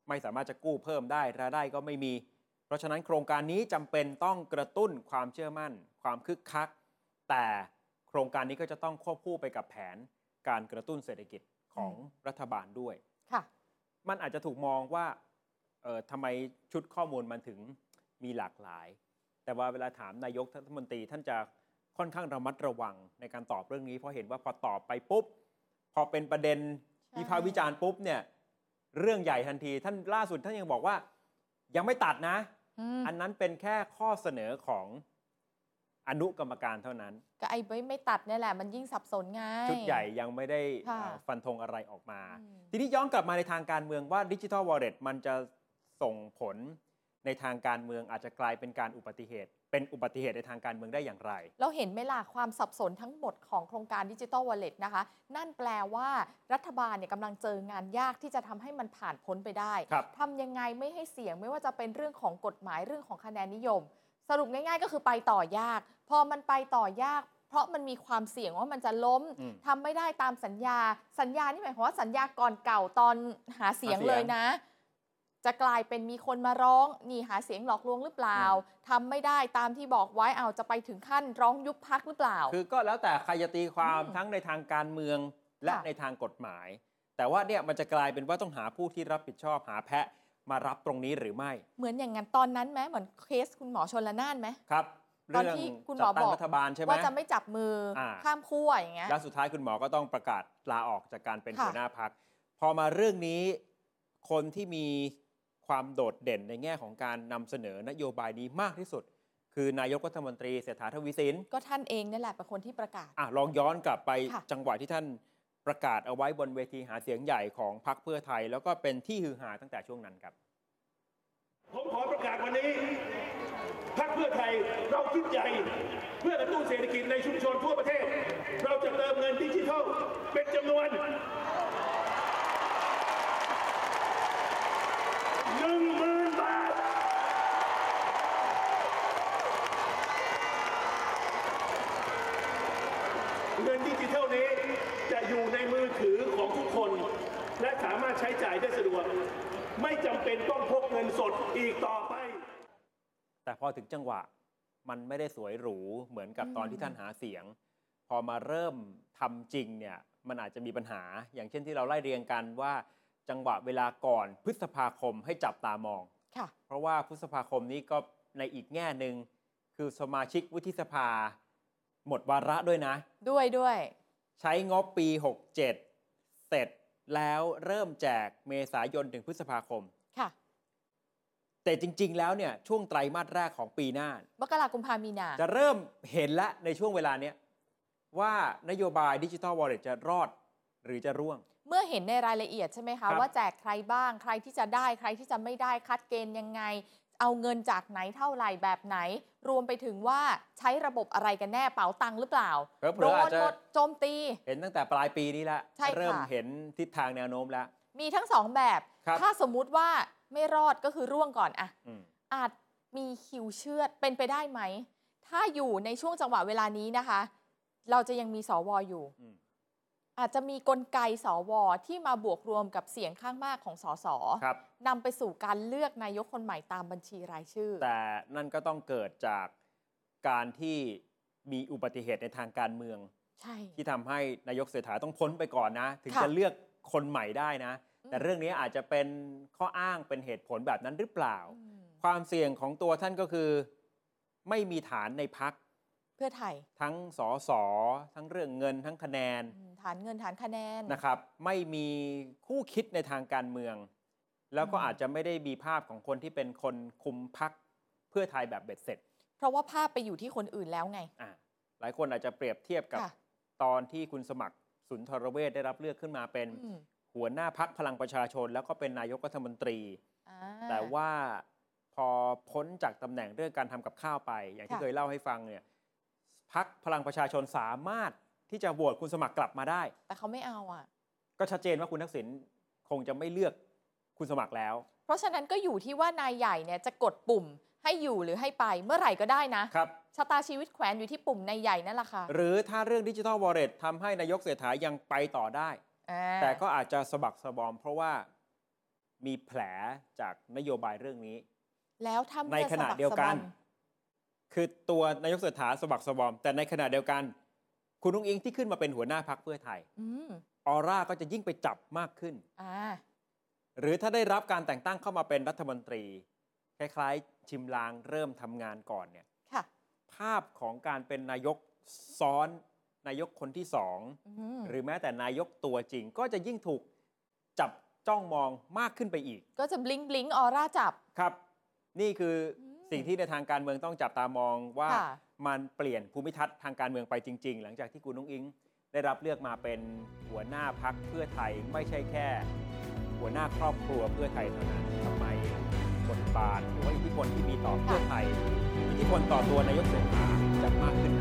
B: ไม่สามารถจะกู้เพิ่มได้รายได้ก็ไม่มี เพราะฉะนั้นโครงการนี้จำเป็นต้องกระตุ้นความเชื่อมั่น ความคึกคัก แต่โครงการนี้ก็จะต้องควบคู่ไปกับแผนการกระตุ้นเศรษฐกิจของรัฐบาลด้วย
C: ค่ะ
B: มันอาจจะถูกมองว่าเออทำไมชุดข้อมูลมันถึงมีหลากหลาย แต่ว่าเวลาถามนายกรัฐมนตรีท่านจะค่อนข้างระมัดระวังในการตอบเรื่องนี้ เพราะเห็นว่าพอตอบไปปุ๊บ พอเป็นประเด็น
C: ช่
B: วิพากษ์วิจารณ์ปุ๊บเนี่ยเรื่องใหญ่ทันที ท่านล่าสุดท่านยังบอกว่า ยังไม่ตัดนะ
C: อืม
B: อันนั้นเป็นแค่ข้อเสนอของอนุกรรมการเท่านั้น
C: ก็ไอ้ไม่ไม่ตัดเนี่ยแหละ มันยิ่งสับสนไง
B: ชุดใหญ่ยังไม่ได้
C: ค่ะ
B: เอ่อฟันธงอะไรออกมา
C: อืม
B: ทีนี้ย้อนกลับมาในทางการเมืองว่าดิจิทัลวอลเล็ตมันจะส่งผลในทางการเมืองอาจจะกลายเป็นการอุบัติเหตุ เป็นอุบัติเหตุในทางการเมืองได้อย่างไร
C: เราเห็นไหมล่ะความสับสนทั้งหมดของโครงการดิจิ t a ลวอลเล็ตนะคะ นั่นแปลว่ารัฐบาลเนี่ยกำลังเจองานยากที่จะทำให้มันผ่านพ้นไปได้
B: ครับ
C: ทำยังไงไม่ให้เสี่ยงไม่ว่าจะเป็นเรื่องของกฎหมายเรื่องของคะแนนนิยม สรุปง่ายๆ ก็คือไปต่อยาก พอมันไปต่อยาก เพราะมันมีความเสี่ยงว่ามันจะล้ม
B: อืม
C: ทำไม่ได้ตามสัญญา สัญญานี่หมายความว่าสัญญาก่อนเก่าตอนหาเสียง
B: หาเสียง
C: เลยนะ จะกลายเป็นมีคนมาร้องนี่หาเสียงหลอกลวงหรือเปล่าทำไม่ได้ตามที่บอกไว้เอาจะไปถึงขั้นร้องยุบพักหรือเปล่า
B: คือก็แล้วแต่ใครจะตีความ
C: อืม
B: ทั้งในทางการเมืองและ
C: ค่ะ
B: ในทางกฎหมาย แต่ว่าเนี่ยมันจะกลายเป็นว่าต้องหาผู้ที่รับผิดชอบหาแพะมารับตรงนี้หรือไม่
C: เหมือนอย่างนั้นตอนนั้นไหมเหมือนเคสคุณหมอชนละนานไหม
B: ครับ
C: ตอน
B: เรื่อง
C: ที่คุณหม
B: จั
C: อ
B: ดตั้
C: บ
B: ง
C: อก
B: รัฐบาลใช่ไหม
C: ว่าจะไม่จับมืออา ข้ามขั้วอย่างเงี้ย
B: แล้วสุดท้ายคุณหมอก็ต้องประกาศลาออกจากการเป็น
C: ค่ะ
B: หัวหน้าพัก พอมาเรื่องนี้คนที่มีความโดดเด่นในแง่ของการนำเสนอนโยบายนี้มากที่สุด คือนายกรัฐมนตรีเศรษฐาทวีสิน
C: ก็ท่านเองนั่นแหละเป็นคนที่ประกาศ
B: อ่ะลองย้อนกลับไป
C: ค่ะ
B: จังหวะที่ท่านประกาศเอาไว้บนเวทีหาเสียงใหญ่ของพรรคเพื่อไทย แล้วก็เป็นที่ฮือฮาตั้งแต่ช่วงนั้นครับ
D: ผมขอประกาศวันนี้พักเพื่อไทยเราคิดใหญ่เพื่อกระตุ้นเศรษฐกิจในชุมชนทั่วประเทศ เราจะเติมเงินดิจิทัลเป็นจำนวน หนึ่งหมื่นบาท เงินดิจิทัลนี้จะอยู่ในมือถือของทุกคน และสามารถใช้จ่ายได้สะดวก ไม่จำเป็นต้องพกเงินสดอีกต่อไป
B: แต่พอถึงจังหวะมันไม่ได้สวยหรูเหมือนกับตอนที่ท่านหาเสียง พอมาเริ่มทำจริงเนี่ยมันอาจจะมีปัญหา อย่างเช่นที่เราไล่เรียงกันว่า จังหวะเวลาก่อนพฤษภาคมให้จับตามอง
C: ค่ะ
B: เพราะว่าพฤษภาคมนี้ก็ในอีกแง่หนึ่งคือสมาชิกวุฒิสภา หมดวาระด้วยนะ
C: ด้วยด้วย
B: ใช้งบปี 67 เสร็จแล้วเริ่มแจกเมษายนถึงพฤษภาคม
C: ค่ะ
B: แต่จริง ๆ แล้วเนี่ยช่วงไตรมาสแรกของปีหน้า
C: มกรากุมพามีนา
B: จะเริ่มเห็นแล้วในช่วงเวลาเนี้ยว่านโยบายดิจิทัลวอลเล็ตจะรอดหรือจะร่วง
C: เมื่อเห็นในรายละเอียดใช่ไหม
B: ครั
C: คะ
B: บ
C: ว่าแจกใครบ้างใครที่จะได้ใครที่จะไม่ได้คัดเกณฑ์ยังไง เอาเงินจากไหนเท่าไหร่แบบไหน รวมไปถึงว่าใช้ระบบอะไรกันแน่เป๋าตังค์หรือเปล่า
B: เผ
C: โด
B: ลอๆอาจ
C: น
B: จะ
C: หมดโจมตี
B: เห็นตั้งแต่ปลายปีนี้แล้ว
C: ใช่ค่ะ
B: เริ่มเห็นทิศทางแนวโน้มแล้ว
C: มีทั้งสองแบบ
B: ครับ
C: ถ้าสมมุติว่าไม่รอดก็คือร่วงก่อนอะ
B: อืม
C: อาจมีคิวเชือดเป็นไปได้ไหม ถ้าอยู่ในช่วงจังหวะเวลานี้นะคะ เราจะยังมีสวอยู่
B: อืม
C: อาจจะมีกลไกสวที่มาบวกรวมกับเสียงข้างมากของสส
B: ครับ
C: นำไปสู่การเลือกนายกคนใหม่ตามบัญชีรายชื่อ
B: แต่นั่นก็ต้องเกิดจากการที่มีอุบัติเหตุในทางการเมือง
C: ใช่
B: ที่ทำให้นายกเศรษฐาต้องพ้นไปก่อนนะ ถึง
C: ค่ะ
B: จะเลือกคนใหม่ได้นะ
C: อืม
B: แต่เรื่องนี้อาจจะเป็นข้ออ้างเป็นเหตุผลแบบนั้นหรือเปล่า
C: อืม
B: ความเสี่ยงของตัวท่านก็คือ ไม่มีฐานในพัก
C: เพื่อไทย
B: ทั้งสอสอทั้งเรื่องเงินทั้งคะแนน
C: อืมฐานเงินฐานคะแนน
B: นะครับ ไม่มีคู่คิดในทางการเมือง แล้วก็
C: อืม
B: อาจจะไม่ได้มีภาพของคนที่เป็นคนคุมพักเพื่อไทยแบบเบ็ดเสร็จ
C: เพราะว่าภาพไปอยู่ที่คนอื่นแล้วไง
B: อ่ะหลายคนอาจจะเปรียบเทียบกับ
C: ค่ะ
B: ตอนที่คุณสมัครสุนทรเวชได้รับเลือกขึ้นมาเป็น
C: อืม
B: หัวหน้าพักพลังประชาชน แล้วก็เป็นนายกรัฐมนตรี
C: อ่
B: แต่ว่าพอพ้นจากตำแหน่งเรื่องการทำกับข้าวไป อย่างที่
C: ค่ะ
B: เคยเล่าให้ฟังเนี่ยพักพลังประชาชนสามารถที่จะโหวตคุณสมัครกลับมาได้
C: แต่เขาไม่เอาอ่ะ
B: ก็ชัดเจนว่าคุณทักษิณคงจะไม่เลือกคุณสมัครแล้ว
C: เพราะฉะนั้นก็อยู่ที่ว่านายใหญ่เนี่ยจะกดปุ่มให้อยู่หรือให้ไปเมื่อไหร่ก็ได้นะ
B: ครับ
C: ชะตาชีวิตแขวนอยู่ที่ปุ่มนายใหญ่นั่นแหละค่ะ
B: หรือถ้าเรื่องดิจิทัลวอลเล็ตทำให้นายกเศรษฐายังไปต่อได้
C: อ่า
B: แต่ก็อาจจะสะบักสะบอม เพราะว่ามีแผลจากนโยบายเรื่องนี้
C: แล้วถ้า
B: ใน
C: เมื่อ
B: ข
C: ส
B: ณะ
C: มัคร
B: เดียว
C: ส
B: กั
C: บั
B: น
C: ม
B: คือตัวนายกเศรษฐาสะบักสะบอม แต่ในขณะเดียวกัน คุณนุ้งอิงที่ขึ้นมาเป็นหัวหน้าพักเพื่อไทย
C: อืม
B: ออร่าก็จะยิ่งไปจับมากขึ้น
C: อ่า
B: หรือถ้าได้รับการแต่งตั้งเข้ามาเป็นรัฐมนตรี คล้ายๆ ชิมลางเริ่มทำงานก่อนเนี่ย
C: ค่ะ
B: ภาพของการเป็นนายกซ้อนนายกคนที่สอง
C: อืม
B: หรือแม้แต่นายกตัวจริง ก็จะยิ่งถูกจับจ้องมองมากขึ้นไปอีก
C: ก็จะบลิงบลิงออร่าจับ
B: ครับ นี่คืออ
C: ม
B: สิ่งที่ในทางการเมืองต้องจับตามองว่า
C: ค่ะ
B: มันเปลี่ยนภูมิทัศน์ทางการเมืองไปจริง ๆ หลังจากที่คุณนุ้งอิง ได้รับเลือกมาเป็นหัวหน้าพักเพื่อไทยไม่ใช่แค่ หัวหน้าครอบครัวเพื่อไทยเท่านั้นทำไมบทบาทหรือว่าอิทธิพลที่มีต่อเพื่อไทยอิทธิพลต่อตัวนายกเศรษฐาจะมากขึ้น